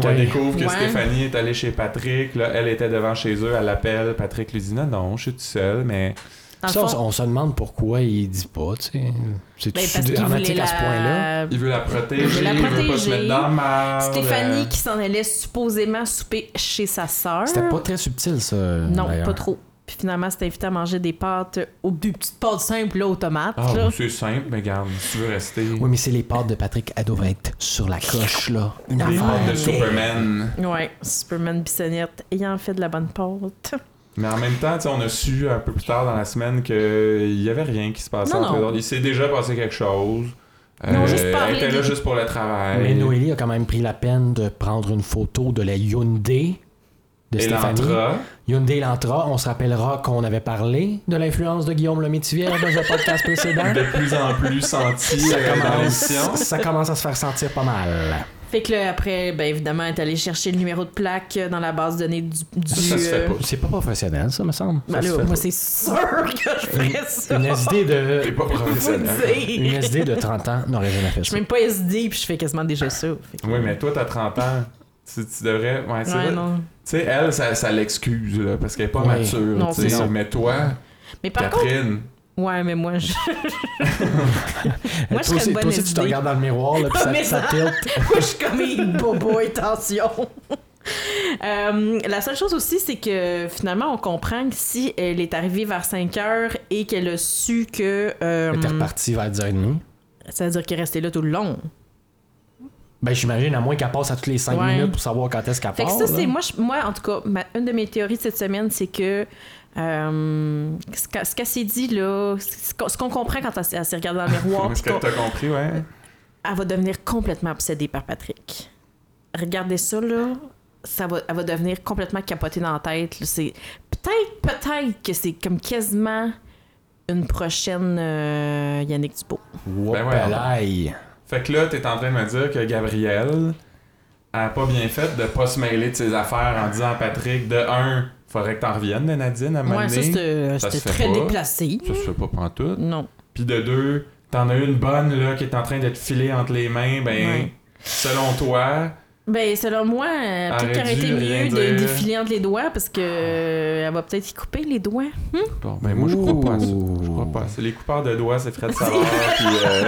A: qu'elle
C: Ouais.
A: découvre que
B: Ouais.
A: Stéphanie est allée chez Patrick, là, elle était devant chez eux, elle l'appelle, Patrick lui dit non non, je suis tout seul, mais
B: Dans
C: Ça,
B: le
C: on-
B: fond,
C: on se demande pourquoi il dit pas, tu sais. C'est
B: ben,
C: tout
B: parce qu'il voulait
C: dramatique à ce point-là.
B: la...
A: il veut la protéger, il veut,
B: la
A: pas se
B: protéger.
A: mettre dans la marde.
B: Stéphanie qui s'en allait supposément souper chez sa sœur.
C: C'était pas très subtil, ça.
B: Ah. Non,
C: d'ailleurs.
B: pas trop. Puis finalement, c'était invité à manger des pâtes, aux des petites pâtes simples, là, aux tomates,
A: Ah,
B: là.
A: c'est simple, mais garde, si tu veux rester.
C: Oui, mais c'est les pattes de Patrick. Elle devrait être sur la coche, là. Une
A: Les
C: affaire.
A: portes de Superman.
B: Ah, Ouais, Superman Bissonnette ayant fait de la bonne pâte.
A: Mais en même temps, tu sais, on a su un peu plus tard dans la semaine qu'il y avait rien qui se passait
B: Non,
A: entre
B: non.
A: eux autres. Il s'est déjà passé quelque chose.
B: Ils ont
A: Euh,
B: juste parlé
A: elle était là
B: des-
A: juste pour le travail.
C: Mais Noélie a quand même pris la peine de prendre une photo de la Hyundai de
A: et
C: Stéphanie.
A: l'entra.
C: Hyundai Lantra, on se rappellera qu'on avait parlé de l'influence de Guillaume Lemaitre dans un podcast précédent.
A: de plus en plus senti
C: Ça
A: euh, dans
C: commence,
A: l'émission.
C: ça commence à se faire sentir pas mal.
B: Fait que là, après, ben évidemment, elle est allée chercher le numéro de plaque euh, dans la base de données du. du,
A: ça se fait
B: euh,
A: pas.
C: C'est pas professionnel, ça, me semble.
B: ben là, moi, c'est sûr que je ferais ça.
C: Une SD
A: T'es
C: de...
A: pas
B: Faut le
A: professionnel.
B: dire.
C: Une SD de 30 ans n'aurait jamais fait
B: Je
C: ça.
B: suis même pas SD, puis je fais quasiment déjà ça. Fait que-
A: Oui, mais toi, t'as 30 ans. Tu, tu devrais. Ouais, c'est
B: Ouais,
A: vrai. Tu
B: non.
A: sais, elle, ça, ça l'excuse, là, parce qu'elle est pas
C: Ouais.
A: mature.
B: Non,
A: tu
B: c'est
A: sais.
B: ça.
A: Mais toi,
B: Mais par contre,
A: Catherine,
B: ouais, mais moi, je, Moi, je
C: Euh, toi
B: serais
C: aussi,
B: une bonne
C: toi aussi, tu te
B: SD.
C: regardes dans le miroir, là, puis
B: Mais
C: ça, ça
B: ça-
C: tilt.
B: moi, je suis comme une bobo, attention. Euh, la seule chose aussi, c'est que finalement, on comprend que si elle est arrivée vers 5 heures et qu'elle a su que. euh,
C: Elle était repartie vers 10h30.
B: ça veut dire qu'elle est restée là tout le long.
C: Ben, j'imagine, à moins qu'elle passe à toutes les 5
B: Ouais.
C: minutes pour savoir quand est-ce qu'elle
B: Fait que
C: part.
B: ça,
C: là.
B: c'est moi, je- moi, en tout cas, ma- une de mes théories de cette semaine, c'est que euh, ce qu'a- ce qu'elle s'est dit, là, ce qu'on ce qu'on comprend quand elle, s- elle s'est regardée dans le miroir,
A: est-ce
B: puis
A: que
B: qu'on-
A: t'as compris, ouais?
B: elle va devenir complètement obsédée par Patrick. Regardez ça, là. Ça va, elle va devenir complètement capotée dans la tête. là. C'est peut-être, peut-être que c'est comme quasiment une prochaine euh, Yannick Dupont.
C: Ben, Whoopalaï.
A: Fait que là, t'es en train de me dire que Gabrielle a pas bien fait de pas se mêler de ses affaires en disant à Patrick, de un, faudrait que t'en reviennes de Nadine à un moment
B: Ouais, ça,
A: donné.
B: c'était
A: ça
B: c'était
A: se fait
B: très
A: pas.
B: déplacé.
A: Ça se fait pas pantoute.
B: Non.
A: Puis de deux, t'en as une bonne là qui est en train d'être filée entre les mains, ben
B: Ouais.
A: selon toi,
B: Ben, selon moi, euh, peut-être
A: Arrête
B: qu'elle aurait été
A: dû rien
B: mieux de
A: dire.
B: défiler entre les doigts parce que euh, elle va peut-être y couper les doigts.
A: bon, ben moi je crois pas à ça. Je crois
C: Ouh.
A: pas à ça. Les coupeurs de doigts, c'est Fred Savard puis euh,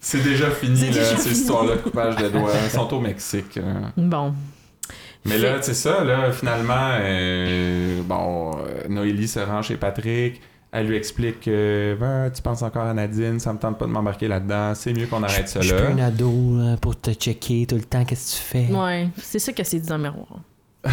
A: c'est déjà fini
B: C'est
A: là,
B: déjà
A: ces
B: fini.
A: histoires-là de coupage de doigts, ils sont au Mexique. hein.
B: Bon.
A: Mais là, c'est ça là, finalement euh, bon, euh, Noélie se rend chez Patrick. Elle lui explique que Ben, tu penses encore à Nadine, ça me tente pas de m'embarquer là-dedans, c'est mieux qu'on arrête
C: Je suis plus
A: cela.
C: un ado là, pour te checker tout le temps, qu'est-ce que tu fais?
B: Ouais, c'est ça qu'elle s'est dit dans le miroir.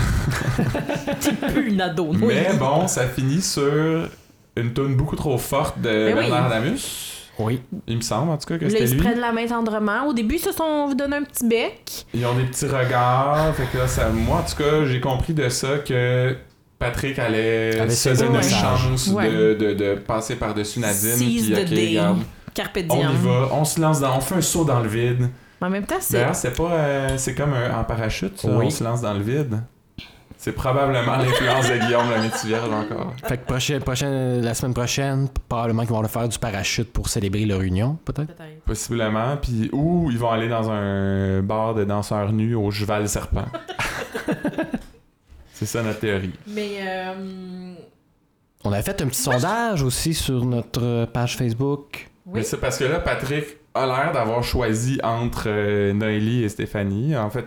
B: T'es plus une ado, non?
A: Mais bon, ça finit sur une tune beaucoup trop forte de
B: oui.
A: Bernard Lamus.
C: Oui.
A: Il me semble en tout cas que
B: Là,
A: c'était
B: ils se
A: lui.
B: prennent la main tendrement. Au début, ils se sont donné un petit bec.
A: Ils ont des petits regards. Fait que là, ça, moi, en tout cas, j'ai compris de ça que Patrick allait
C: Avait
A: se
C: saisi
A: donner
B: le
A: une
C: message.
A: chance
B: Ouais.
A: de, de, de passer par-dessus Nadine.
B: Seize
A: Puis,
B: the
A: ok,
B: day.
A: regarde,
B: Carpe
A: on
B: diem.
A: y va, on se lance dans, on fait un saut dans le vide.
B: Mais en même temps, c'est.
A: D'ailleurs, c'est pas, euh, c'est comme un- en parachute, ça,
C: Oui.
A: on se lance dans le vide. C'est probablement l'influence de Guillaume la Métivierge encore.
C: Fait que prochain, prochain, la semaine prochaine, probablement qu'ils vont le faire du parachute pour célébrer leur union, peut-être.
B: Peut-être.
A: Possiblement, puis ou ils vont aller dans un bar de danseurs nus au cheval serpent. c'est ça notre théorie.
B: Mais. euh,
C: On a fait un petit sondage aussi sur notre euh, page Facebook.
B: Oui.
A: Mais c'est parce que là, Patrick a l'air d'avoir choisi entre euh, Noélie et Stéphanie. En fait,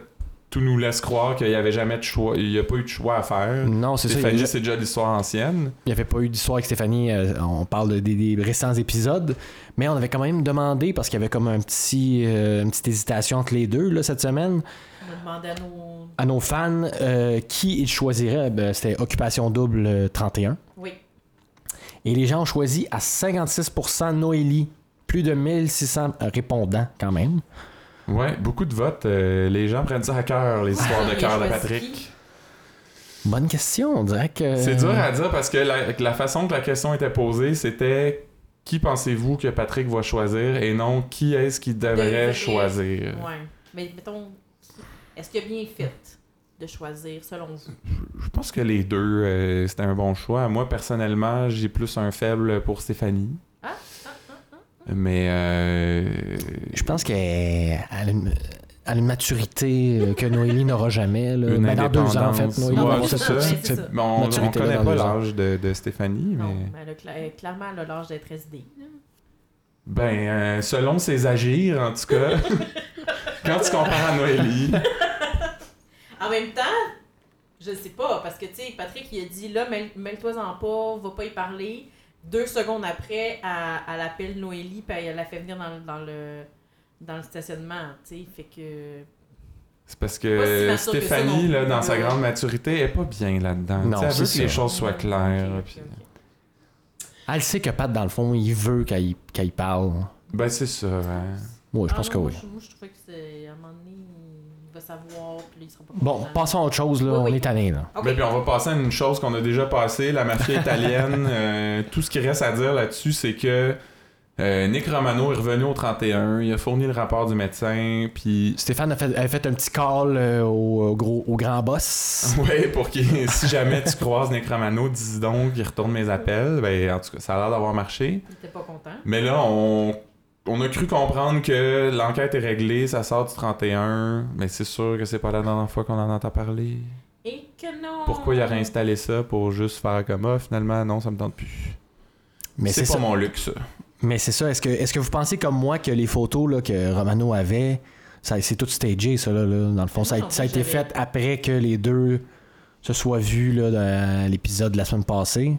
A: tout nous laisse croire qu'il n'y avait jamais de choix, il n'y a pas eu de choix à faire.
C: Non, c'est ça. Il
A: Stéphanie,
C: n'y
A: c'est déjà l'histoire ancienne.
C: avait pas eu d'histoire avec Stéphanie. euh, on parle de- des, des récents épisodes. Mais on avait quand même demandé, parce qu'il y avait comme un petit, euh, une petite hésitation entre les deux là, cette semaine,
B: On a demandé à nos.
C: à nos fans euh, qui ils choisiraient. Ben, C'était Occupation Double euh, 31.
B: Oui.
C: Et les gens ont choisi à 56% Noélie. Plus de 1600 répondants quand même.
A: Ouais, beaucoup de votes. euh, les gens prennent ça à cœur, les histoires de
B: il a
A: cœur de
B: choisi
A: Patrick.
B: qui?
C: Bonne question, on dirait que...
A: C'est dur à dire parce que la, la façon que la question était posée, c'était qui pensez-vous que Patrick va choisir et non qui est-ce qu'il devrait,
B: Devrait.
A: choisir.
B: Ouais. Mais mettons, est-ce qu'il y a bien fait de choisir selon vous?
A: Je pense que les deux, euh, c'était un bon choix. Moi, personnellement, j'ai plus un faible pour Stéphanie.
B: Ah,
A: Mais euh,
C: Je pense qu'elle elle a, une- elle a une maturité euh, que Noélie n'aura jamais. Là.
A: Une
C: Ben, dans deux ans, en fait,
A: indépendance.
C: Noélie
A: Ouais,
C: va avoir
A: c'est
C: cette
A: ça.
C: petite-
B: C'est ça.
C: cette-
A: bon, on, on
C: Maturité, là,
A: connaît
C: dans
A: pas
C: deux ans.
A: l'âge de, de Stéphanie, mais
B: Non, mais elle a cla- euh, clairement elle a l'âge d'être SD.
A: ben euh, selon ses agirs, en tout cas, quand tu compares à Noélie,
B: En même temps, je sais pas, parce que tu sais, Patrick il a dit là, mêle- mêle-toi-en pas, va pas y parler. Deux secondes après, elle, elle appelle Noélie puis elle la fait venir dans, le- dans le dans le stationnement, tu sais, fait que
A: c'est parce
B: Pas si
A: que
B: mature que ça
A: Stéphanie,
B: non
A: là,
B: plus,
A: dans sa
B: là.
A: grande maturité, elle est pas bien là-dedans.
C: Non,
A: Tu sais, elle veut
C: c'est
A: que les
C: ça.
A: choses soient claires.
B: Ok, ok,
A: puis-
B: ok.
C: Elle sait que Pat, dans le fond, il veut qu'elle y- qu'elle y parle.
A: Ben c'est ça. hein.
C: Oui, je
B: Ah
C: pense que
B: non,
C: oui.
B: Moi, je, moi, je trouvais que c'est à un moment donné, il va savoir puis là, il sera pas
C: Bon,
B: content.
C: passons à autre chose, là.
B: Oui,
C: on
B: oui.
C: est tanné, là.
B: Ok.
A: Ben, puis on va passer à une chose qu'on a déjà passée, la mafia italienne. Euh, tout ce qui reste à dire là-dessus, c'est que euh, Nick Romano est revenu au 31, il a fourni le rapport du médecin, puis...
C: Stéphane a fait, avait fait un petit call euh, au, au gros, au grand boss.
A: Ouais, pour qu'il... si jamais tu croises Nick Romano, dis donc qu'il retourne mes appels. Ben, en tout cas, ça a l'air d'avoir marché.
B: Il était pas content.
A: Mais là, on... On a cru comprendre que l'enquête est réglée, ça sort du 31, mais c'est sûr que c'est pas la dernière fois qu'on en entend parler.
B: Et que non. Ben,
A: Pourquoi il a réinstallé ça pour juste faire comme ah, finalement, non, ça me tente plus.
C: Mais
A: c'est
C: c'est
A: pas
C: ça.
A: mon luxe.
C: Mais c'est ça. Est-ce que, est-ce que vous pensez comme moi que les photos là, que Romano avait, ça, c'est tout stagé, ça, là, là. dans le fond? Ça, a-
B: Non,
C: ça a été
B: j'avais-
C: fait après que les deux se soient vus là, dans l'épisode de la semaine passée.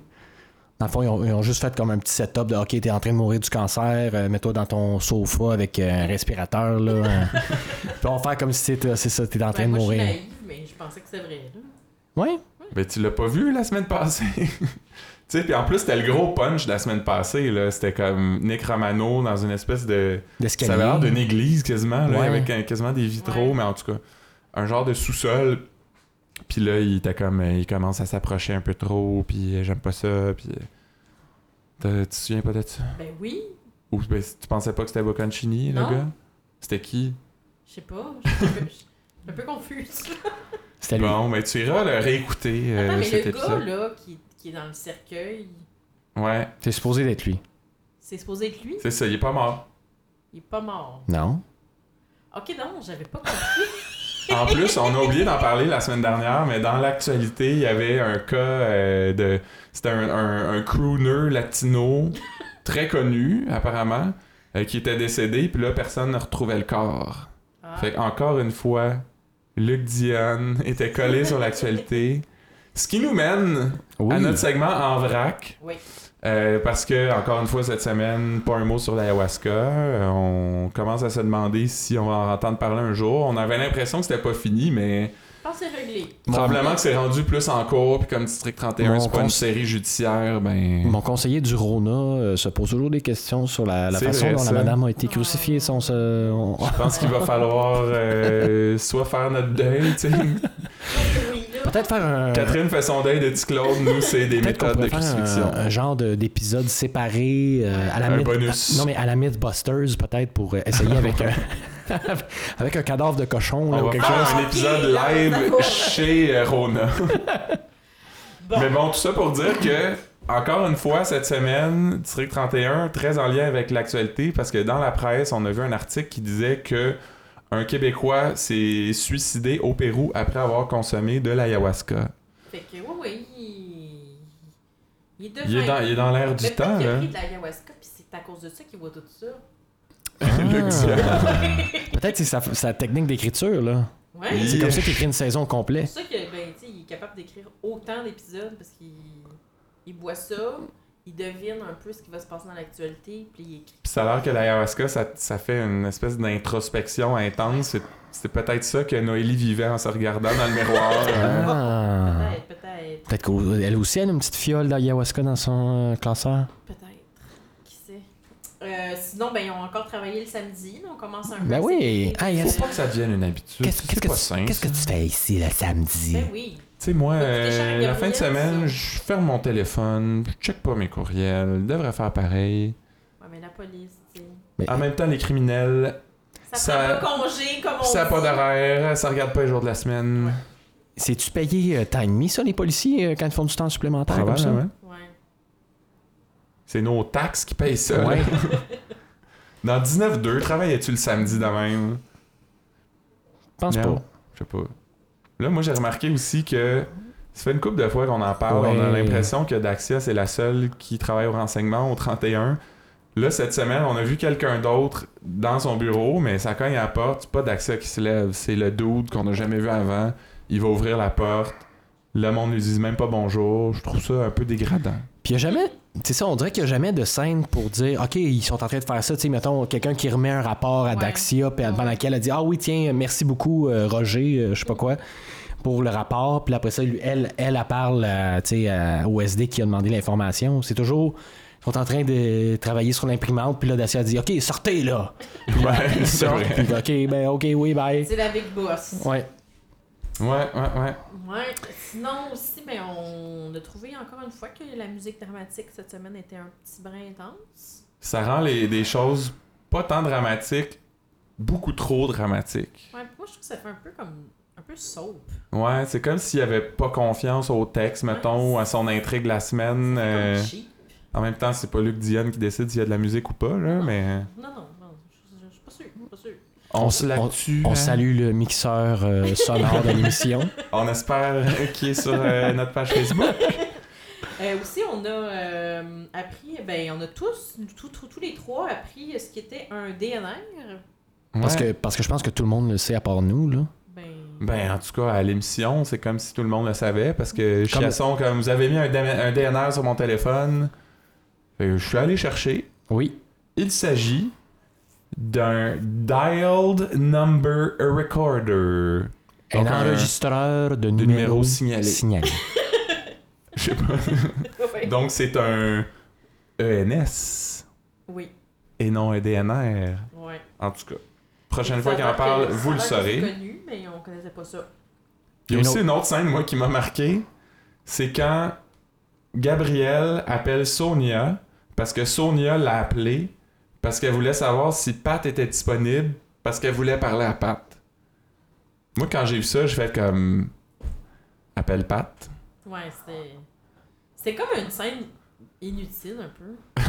C: Dans le fond, ils ont, ils ont juste fait comme un petit setup de OK, t'es en train de mourir du cancer, euh, mets-toi dans ton sofa avec euh, un respirateur. Là, hein. Puis on va faire comme si t'étais, c'est ça, t'es en train
B: Ben,
C: de
B: moi,
C: mourir.
B: Je suis naïve, mais je pensais que c'était vrai. là.
C: Ouais?
A: Ben, tu l'as pas vu la semaine passée. tu sais, puis en plus, c'était le gros punch de la semaine passée. là. C'était comme Nick Romano dans une espèce de.
C: D'escalier.
A: Ça avait l'air d'une église quasiment, là,
C: Ouais.
A: avec un- quasiment des vitraux,
B: Ouais.
A: mais en tout cas, un genre de sous-sol. Puis là, il était comme. euh, Il commence à s'approcher un peu trop, puis euh, j'aime pas ça, puis. euh, te- Tu te souviens pas de ça?
B: Ben oui,
A: Ou ben, tu pensais pas que c'était Bocconcini, le
B: Non.
A: gars? C'était qui?
B: je sais pas. Je suis un peu- je suis un peu confuse.
C: C'était lui.
A: Bon, ben tu iras le réécouter euh,
B: Attends, mais
A: cet
B: le
A: épisode.
B: gars là qui, qui est dans le cercueil,
A: Ouais,
C: T'es supposé d'être lui.
B: c'est supposé être lui.
A: c'est ça, il est pas mort.
B: Il est pas mort.
C: Non?
B: Ok, non, j'avais pas compris.
A: En plus, on a oublié d'en parler la semaine dernière, mais dans l'actualité, il y avait un cas euh, de. C'était un, un, un crooner latino très connu, apparemment, euh, qui était décédé, puis là, personne ne retrouvait le corps.
B: Ah.
A: Fait qu'encore une fois, Luc Dion était collé sur l'actualité. Ce qui nous mène
D: Oui.
A: à notre segment en vrac.
B: Oui.
A: Euh, parce que, encore une fois, cette semaine, pas un mot sur l'ayahuasca. Euh, On commence à se demander si on va en entendre parler un jour. On avait l'impression que c'était pas fini, mais
B: Je pense que c'est réglé.
D: Mon-
A: probablement que c'est rendu plus en cours. Puis comme District 31,
C: Mon
A: c'est pas une
C: cons-
A: série judiciaire, ben.
C: Mon conseiller du Rona euh, se pose toujours des questions sur la, la
A: C'est
C: façon
A: vrai,
C: dont
A: ça.
C: la madame a été crucifiée. ça, on se- on-
A: Je pense qu'il va falloir euh, soit faire notre deuil, tu sais.
B: Oui, là.
C: Peut-être faire un.
A: Catherine fait son deuil de petit Claude, nous c'est des
C: Peut-être qu'on
A: méthodes de
C: pourrait faire
A: crucifixion.
C: un, un genre de- d'épisode séparé euh, à la
A: Un
C: Myth-
A: bonus.
C: Non, mais à la Mythbusters, peut-être, pour euh, essayer avec un, avec un cadavre de cochon là,
A: On
C: ou
A: va
C: quelque
A: faire
C: chose.
B: chose.
A: un épisode
B: Ah, ok,
A: live
B: d'accord.
A: chez euh, Rona.
B: Bon.
A: Mais bon, tout ça pour dire que, encore une fois, cette semaine, District 31, très en lien avec l'actualité, parce que dans la presse, on a vu un article qui disait que un Québécois s'est suicidé au Pérou après avoir consommé de l'ayahuasca.
B: Fait que oui, oui. il- Il est devant.
A: Il est dans, il est dans l'air
B: Mais
A: du
B: peut-être
A: temps, hein.
B: qu'il a
A: là.
B: pris de l'ayahuasca, puis c'est à cause de ça qu'il voit tout ça.
C: Ah.
A: Luc Diard.
C: Peut-être c'est sa, sa technique d'écriture. là.
B: Ouais.
A: Oui.
C: C'est comme ça qu'il écrit une saison complète.
B: C'est pour ça que, ben, tu sais, il est capable d'écrire autant d'épisodes parce qu'il il boit ça, il devine un peu ce qui va se passer dans l'actualité, puis il écrit.
A: Puis ça a l'air que l'ayahuasca, ça, ça fait une espèce d'introspection intense. C'est- C'est peut-être ça que Noélie vivait en se regardant dans le miroir. hein.
C: Ah.
B: Peut-être, peut-être,
C: Peut-être qu'elle aussi, elle a une petite fiole d'ayahuasca dans son euh, classeur.
B: peut-être. Qui sait? Euh, sinon, ben, ils ont encore travaillé le samedi. là, on commence un peu.
C: Ben
B: à
C: oui.
B: s'équiper.
C: Ah, il y a-
A: Faut pas que ça devienne une habitude.
C: Qu'est-ce
A: c'est
C: qu'est-ce que,
A: pas
C: tu-
A: sain,
C: qu'est-ce que tu fais ici le samedi?
B: Ben oui.
A: Tu sais, moi,
B: Écoutez,
A: euh,
B: Charles
A: la
B: Gabriel,
A: fin de semaine,
B: ça.
A: je ferme mon téléphone, je check pas mes courriels, je devrais faire pareil.
B: Ouais, mais la police, tu sais.
A: En même temps, les criminels,
B: Ça,
A: Ça-
B: prend pas congé, comme on
A: ça a pas
B: dit.
A: d'horaire, ça regarde pas les jours de la semaine.
B: Oh Ouais.
C: C'est-tu payé euh, time me, ça, les policiers, euh, quand ils font du temps supplémentaire comme ça?
A: Probablement.
B: Ouais.
A: hein. C'est nos taxes qui payent ça.
C: Ouais.
A: Dans 19-2, travaillais-tu le samedi de même?
C: Je pense
A: Non.
C: pas.
A: Je sais pas. Là, moi, j'ai remarqué aussi que ça fait une couple de fois qu'on en parle.
C: Ouais.
A: On a l'impression que Daxia, c'est la seule qui travaille au renseignement au 31. Là, cette semaine, on a vu quelqu'un d'autre dans son bureau, mais ça cogne à la porte. C'est pas Daxia qui se lève, c'est le dude qu'on n'a jamais vu avant. Il va ouvrir la porte. Le monde ne lui dit même pas bonjour. Je trouve ça un peu dégradant.
C: Puis il y a jamais. C'est ça, on dirait qu'il n'y a jamais de scène pour dire OK, ils sont en train de faire ça. Tu sais, mettons, quelqu'un qui remet un rapport à
B: Ouais.
C: Daxia, puis devant
B: Ouais.
C: laquelle elle dit Ah oui, tiens, merci beaucoup, euh, Roger, euh, je sais pas quoi, pour le rapport. Puis après ça, lui, elle, elle, elle parle à, tu sais, à- au SD qui a demandé l'information. C'est toujours. Ils sont en train de travailler sur l'imprimante, puis là, Daxia dit OK, sortez là. Puis là,
A: Ouais,
C: ils
A: c'est
C: sortent,
A: vrai.
C: puis OK, ben, OK, oui, bye.
B: C'est la Big Boss.
C: Ouais.
A: Ouais, ouais, ouais.
B: Ouais. Sinon aussi, ben, on a trouvé encore une fois que la musique dramatique cette semaine était un petit brin intense.
A: Ça rend les, des choses pas tant dramatiques, beaucoup trop dramatiques.
B: Ouais, moi je trouve que ça fait un peu comme un peu soap.
A: Ouais, c'est comme s'il avait pas confiance au texte, mettons, ou à son intrigue la semaine. euh,
B: Comme cheap.
A: en même temps, c'est pas Luc Dionne qui décide s'il y a de la musique ou pas, là, mais euh,
B: Non, non, non. Je je- je suis pas sûre. Pas sûre.
A: on,
C: On
A: se
C: s-
A: la tue, hein.
C: On salue le mixeur euh, sonore de l'émission.
A: On espère qu'il est sur euh, notre page Facebook.
B: Euh, aussi, on a euh, appris, ben, on a tous, tous- tous- tous les trois appris ce qui était un DNR.
C: Parce,
A: Ouais.
C: que, parce que je pense que tout le monde le sait à part nous, là.
B: Ben,
A: Ben, en tout cas, à l'émission, c'est comme si tout le monde le savait, parce que
C: Comme-
A: Chiasson, comme vous avez mis un, D- un DNR sur mon téléphone, euh, je suis allé chercher.
C: Oui.
A: Il s'agit d'un Dialed Number Recorder.
C: Un
A: Donc, un-
C: enregistreur de
A: de
C: numéros
A: numéros signalés.
C: signalés.
A: Je sais pas.
B: ouais.
A: Donc, c'est un ENS
B: Oui,
A: et non un DNR.
B: ouais.
A: En tout cas, prochaine
B: Ça
A: fois
B: a
A: qu'il en
B: l'air
A: parle,
B: que-
A: vous le
B: ça a l'air que
A: saurez.
B: c'est connu, mais on connaissait pas ça.
A: Il y a
C: Une
A: aussi une autre scène, moi, qui m'a marqué. C'est quand Gabrielle appelle Sonia parce que Sonia l'a appelée parce qu'elle voulait savoir si Pat était disponible parce qu'elle voulait parler à Pat. Moi, quand j'ai vu ça, je fais comme. Appelle Pat.
B: Ouais, c'était. C'était comme une scène inutile un peu.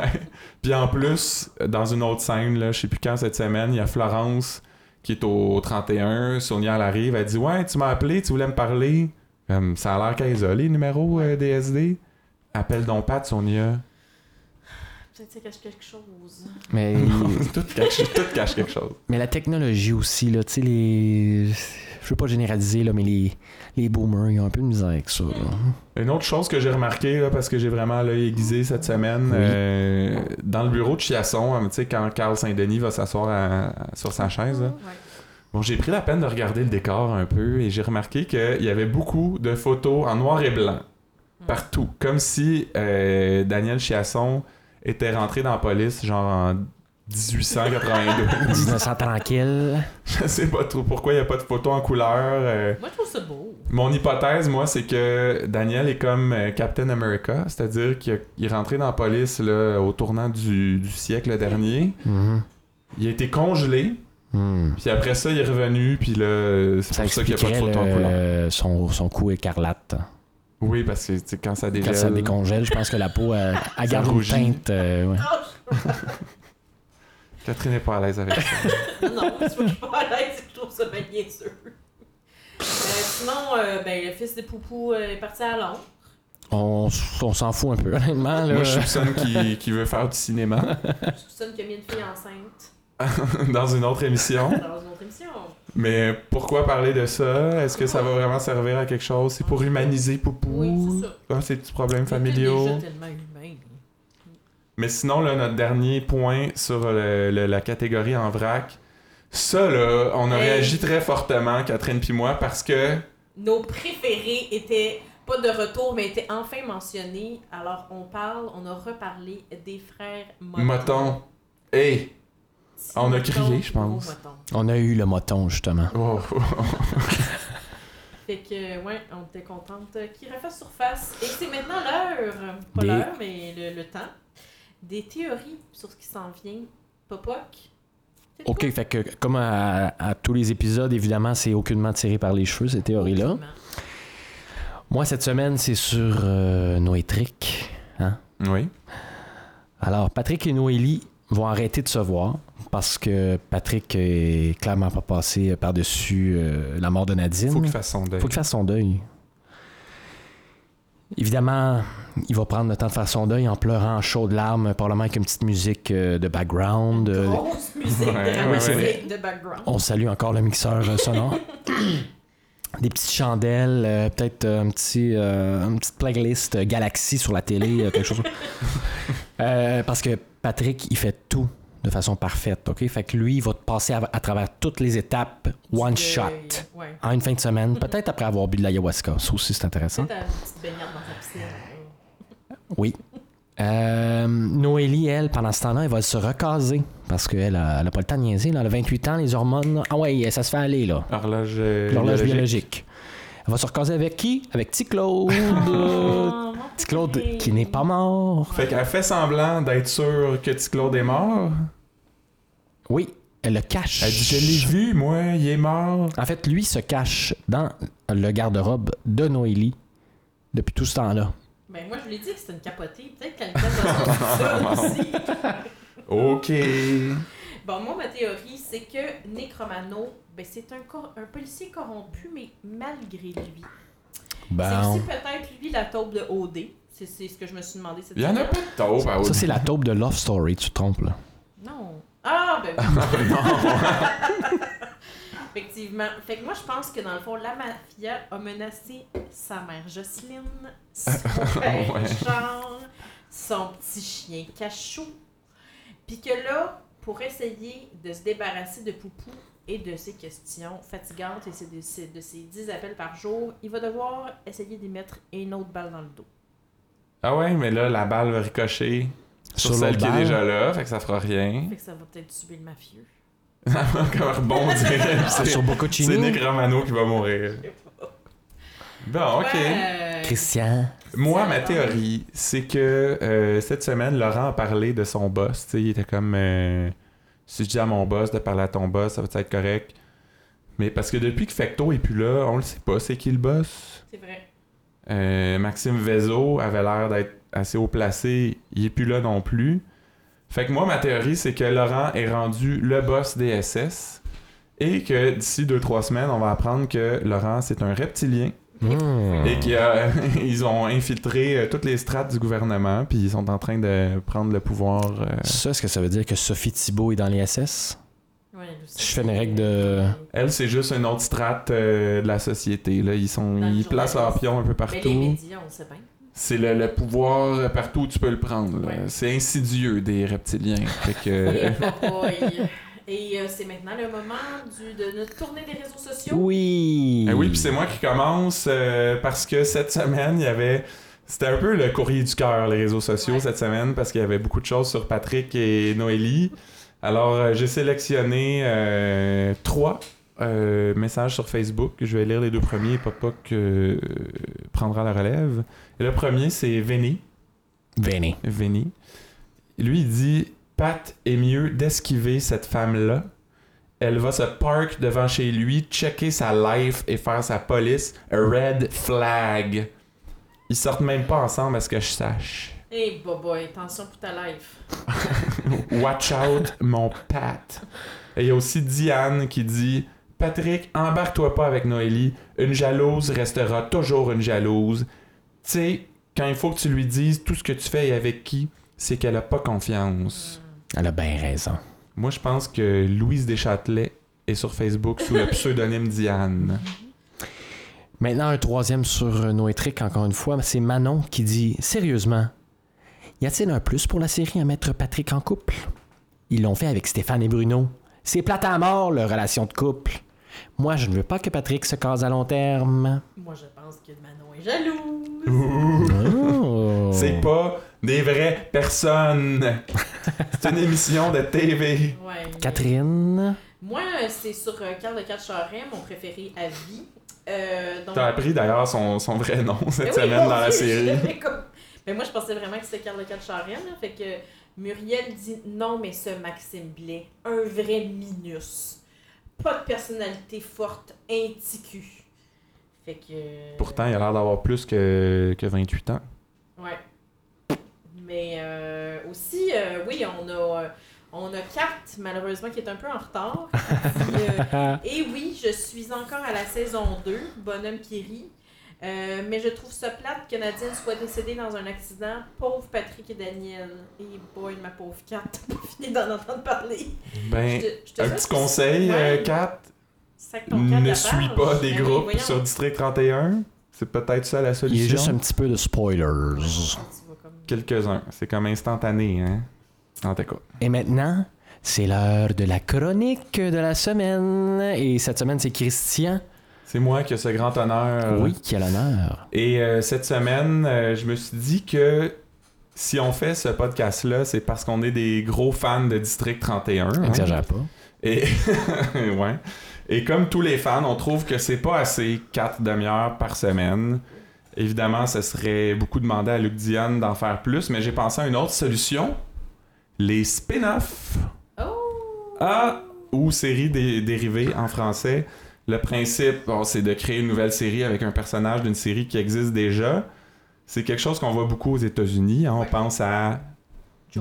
A: Ouais. Puis en plus, dans une autre scène, là, je sais plus quand cette semaine, il y a Florence qui est au 31, Sonia elle arrive, elle dit Ouais, tu m'as appelé, tu voulais me parler. Comme, ça a l'air qu'elle est isolée, le numéro euh, DSD. Appelle donc Pat, Sonia.
B: Peut-être que ça cache quelque chose.
C: Mais,
A: tout, cache, tout cache quelque chose.
C: mais la technologie aussi, là, tu sais, les... je veux pas généraliser, là, mais les, les boomers, ils ont un peu de misère avec ça. là.
A: Une autre chose que j'ai remarqué là, parce que j'ai vraiment l'œil aiguisé cette semaine,
C: Oui.
A: euh, dans le bureau de Chiasson, hein, tu sais, quand Carl Saint-Denis va s'asseoir à- à- sur sa chaise, là. bon, j'ai pris la peine de regarder le décor un peu et j'ai remarqué qu'il y avait beaucoup de photos en noir et blanc partout, comme si euh, Daniel Chiasson était rentré dans la police genre en 1892.
C: 1900 tranquille.
A: Je sais pas trop pourquoi il n'y a pas de photos en couleur. euh,
B: Moi, je trouve ça beau.
A: mon hypothèse, moi, c'est que Daniel est comme euh, Captain America, c'est-à-dire qu'il a- il est rentré dans la police là, au tournant du, du siècle dernier.
C: Mhm.
A: Il a été congelé,
C: Mhm.
A: puis après ça, il est revenu, puis là, euh, c'est
C: Ça
A: pour ça qu'il n'y a pas de
C: expliquerait
A: photo en
C: le-
A: couleur.
C: son, son coup écarlate.
A: Oui, parce que tu sais, quand ça dégèle.
C: Quand ça décongèle, je pense que la peau, elle, elle
A: Ça
C: garde une
A: rougit.
C: teinte. euh, ouais.
B: Ah!
A: Catherine n'est pas à l'aise avec ça.
B: non, je suis pas à l'aise, je trouve ça bien sûr. Euh, sinon, euh, ben, le fils de Poupou euh, est parti à Londres.
C: On, s- on s'en fout un peu, honnêtement. là.
A: moi, je soupçonne qu'il qu'il veut faire du cinéma
B: Je soupçonne qu'il a mis une fille enceinte
A: dans une autre émission.
B: dans une autre émission.
A: Mais pourquoi parler de ça? Est-ce que ça va vraiment servir à quelque chose? C'est pour humaniser Poupou?
B: Oui, c'est ça.
A: Ah, c'est des problèmes
B: Il était
A: familiaux.
B: déjà tellement humain.
A: Mais sinon, là, notre dernier point sur le- le- la catégorie en vrac, ça, là, on a
B: Hey.
A: réagi très fortement, Catherine puis moi, parce que
B: Nos préférés étaient pas de retour, mais étaient enfin mentionnés. Alors, on parle, on a reparlé des frères Moton.
A: Moton, hey, Ah, On a
B: Moton,
A: crié, je
B: gros
A: pense.
B: Moton.
C: On a eu le moton, justement.
A: oh,
B: Fait que, ouais, on était contente qu'il refasse surface. Et c'est maintenant l'heure, pas
C: Des-
B: l'heure, mais le, le temps, des théories sur ce qui s'en vient. Popoc. C'est
C: OK,
B: quoi?
C: fait que comme à, à tous les épisodes, évidemment, c'est aucunement tiré par les cheveux, ces théories-là. Moi, cette semaine, c'est sur euh, Noétric.
A: oui.
C: Alors, Patrick et Noélie vont arrêter de se voir parce que Patrick est clairement pas passé par-dessus euh, la mort de Nadine.
A: Faut qu'il fasse son deuil.
C: Faut qu'il fasse son deuil. Évidemment, il va prendre le temps de faire son deuil en pleurant en chaudes larmes, probablement avec une petite musique euh, de background. euh,
B: Grosse musique
A: Ouais,
B: de,
A: ouais,
C: ouais.
B: musique de background.
C: on salue encore le mixeur euh, sonore. Des petites chandelles, euh, peut-être euh, un petit, euh, une petite playlist euh, Galaxy sur la télé, euh, quelque chose. Euh, parce que Patrick, il fait tout de façon parfaite, ok? Fait que lui, il va te passer à, à travers toutes les étapes, one
B: Du deuil.
C: shot,
B: Ouais.
C: en une fin de semaine, peut-être après avoir bu de l'ayahuasca. Ça aussi, c'est intéressant.
B: C'est ta petite baignade dans ta piscine.
C: Oui. Euh, Noélie, elle, pendant ce temps-là, elle va se recaser parce qu'elle n'a pas le temps de niaiser. là. Elle a 28 ans, les hormones. Ah ouais, ça se fait aller, là.
A: Horloge, euh,
C: L'horloge
A: biologique.
C: biologique. Elle va se recaser avec qui? Avec Ticlaude.
A: Ah,
C: Claude.
B: Oh, mon
C: Petit Claude
A: euh,
B: préféré.
C: qui n'est pas mort.
A: Fait qu'elle fait semblant d'être sûre que Petit Claude est mort.
C: Oui, elle le cache.
A: Elle dit Je l'ai vu, moi, il est mort.
C: En fait, lui se cache dans le garde-robe de Noélie depuis tout ce temps-là.
B: Ben, moi, je l'ai dit que c'était une capotée. Peut-être qu'elle était dans son sol aussi.
A: Ok.
B: Bon, moi, ma théorie, c'est que Nick Romano, ben, c'est un, cor- un policier corrompu, mais malgré lui. C'est
C: Bon.
B: aussi peut-être lui la taupe de OD. C'est c'est ce que je me suis demandé cette
A: Il y en a
B: semaine.
A: pas de taupe à
C: Ça,
A: Audi.
C: c'est la taupe de Love Story, tu te trompes, là.
B: Non. Ah, ben oui.
A: Ah,
B: Effectivement. Fait que moi, je pense que dans le fond, la mafia a menacé sa mère Jocelyne, son père
A: Ouais.
B: Richard, son petit chien Cachou. Puis que là, pour essayer de se débarrasser de Poupou et de ses questions fatigantes et ses- de ses, de ses 10 appels par jour, il va devoir essayer d'y mettre une autre balle dans le dos.
A: Ah ouais, mais là, la balle va ricocher sur,
C: Sur
A: celle
C: l'autre
A: qui est
C: balle.
A: déjà là, fait que ça fera rien.
B: Fait que ça va peut-être tuer le mafieux.
A: Comme rebondir.
C: Ah, Sur
A: C'est
C: Bocconcini.
A: Nick Romano qui va mourir. Bon, Ah, ok.
B: Ouais.
C: Christian.
A: Moi, ma
B: Alors.
A: théorie, c'est que euh, cette semaine, Laurent a parlé de son boss. Tu sais, il était comme euh, si je dis à mon boss de parler à ton boss, ça va être correct. Mais parce que depuis que Fecto est plus là, on le sait pas, c'est qui le boss.
B: C'est vrai.
A: Euh, Maxime Vezo avait l'air d'être assez haut placé, il est plus là non plus. Fait que moi, ma théorie, c'est que Laurent est rendu le boss des SS et que d'ici 2-3 semaines, on va apprendre que Laurent, c'est un reptilien
C: Hmm.
A: et qu'ils ont infiltré euh, toutes les strates du gouvernement, puis ils sont en train de prendre le pouvoir. euh,
C: Ça, est-ce que ça veut dire que Sophie Thibault est dans les SS?
B: Ouais, je
E: Je fais une règle de.
A: Elle, c'est juste une autre strate euh, de la société. Là. Ils, sont,
B: Dans le
A: ils placent leurs
B: journalisme.
A: pions un peu
B: Mais les
A: partout.
B: médias, on sait bien.
A: C'est le, le pouvoir euh, partout où tu peux le prendre. là.
B: Ouais.
A: C'est insidieux des reptiliens. Fait
B: Et,
A: que-
B: euh, Et euh, c'est maintenant le moment du- de notre tournée des réseaux sociaux.
E: Oui!
A: Ah oui, puis c'est moi qui commence euh, parce que cette semaine, il y avait. C'était un peu le courrier du cœur, les réseaux sociaux,
B: Ouais.
A: cette semaine, parce qu'il y avait beaucoup de choses sur Patrick et Noélie. Alors, euh, j'ai sélectionné euh, trois euh, messages sur Facebook. Je vais lire les deux premiers, Papa que euh, prendra la relève. Et le premier, c'est Véné.
E: Venez.
A: Vinny. Lui, il dit Pat est mieux d'esquiver cette femme-là. Elle va se park devant chez lui, checker sa life et faire sa police. A red flag. Ils sortent même pas ensemble à ce que je sache.
B: Et Bobo, attention pour ta life.
A: Watch out, mon Pat. Et il y a aussi Diane qui dit Patrick, embarque-toi pas avec Noélie. Une jalouse restera toujours une jalouse. Tu sais, quand il faut que tu lui dises tout ce que tu fais et avec qui, c'est qu'elle a pas confiance.
E: Elle a bien raison.
A: Moi, je pense que Louise Deschâtelet est sur Facebook sous le pseudonyme Diane.
E: Maintenant, un troisième sur euh, Noétric, encore une fois, c'est Manon qui dit Sérieusement, y a-t-il un plus pour la série à mettre Patrick en couple Ils l'ont fait avec Stéphane et Bruno. C'est plate à mort, leur relation de couple. Moi, je ne veux pas que Patrick se case à long terme.
B: Moi, je pense que Manon est jalouse.
E: Oh.
A: C'est pas des vraies personnes. C'est une émission de TV.
B: Ouais. mais-
E: Catherine
B: Moi, euh, c'est sur euh, Carl de Cat-Charret, mon préféré à vie. Euh, donc...
A: T'as appris d'ailleurs son, son vrai nom cette
B: Ben oui,
A: semaine
B: mon
A: dans la
B: Dieu,
A: série.
B: j'avais comme- Mais moi, je pensais vraiment que c'était Carl de Cat-Charret, là. Fait que Muriel dit non, mais ce Maxime Blais, un vrai minus. Pas de personnalité forte, inticu. Fait que.
A: Pourtant, il a l'air d'avoir plus que, que 28 ans.
B: Ouais. Mais euh, aussi, euh, oui, on a, euh, on a Kat, malheureusement, qui est un peu en retard. Qui, euh, et oui, je suis encore à la saison 2, Bonhomme qui rit. Euh, mais je trouve ça plate que Nadine soit décédée dans un accident. Pauvre Patrick et Daniel. Et boy, ma pauvre Kat, t'as pas fini d'en entendre parler.
A: Ben,
B: Je te- je te
A: un
B: souhaite
A: petit
B: que-
A: conseil,
B: Ouais,
A: euh, Kat,
B: sac ton Kat à
A: ne
B: la
A: suis
B: barge.
A: pas des
B: Ben oui,
A: groupes
B: voyons.
A: sur District 31. C'est peut-être ça
E: Il
A: la
E: y a
A: solution.
E: juste un petit peu de spoilers.
B: Ah, Tu vois comme-
A: Quelques-uns. C'est comme instantané, hein? En tout cas.
E: Et maintenant, c'est l'heure de la chronique de la semaine. Et cette semaine, c'est Christian,
A: C'est moi qui ai ce grand honneur. euh,
E: oui, qui a l'honneur.
A: Et euh, cette semaine, euh, je me suis dit que si on fait ce podcast-là, c'est parce qu'on est des gros fans de District 31. hein.
E: Exagère pas.
A: Et... ouais. Et comme tous les fans, on trouve que c'est pas assez quatre demi-heures par semaine. Évidemment, ce serait beaucoup demander à Luc Dion d'en faire plus, mais j'ai pensé à une autre solution. Les spin-offs.
B: Oh!
A: Ah! Ou séries dé- dérivées en français. Le principe, bon, c'est de créer une nouvelle série avec un personnage d'une série qui existe déjà. C'est quelque chose qu'on voit beaucoup aux États-Unis. hein. On
B: Ouais.
A: pense à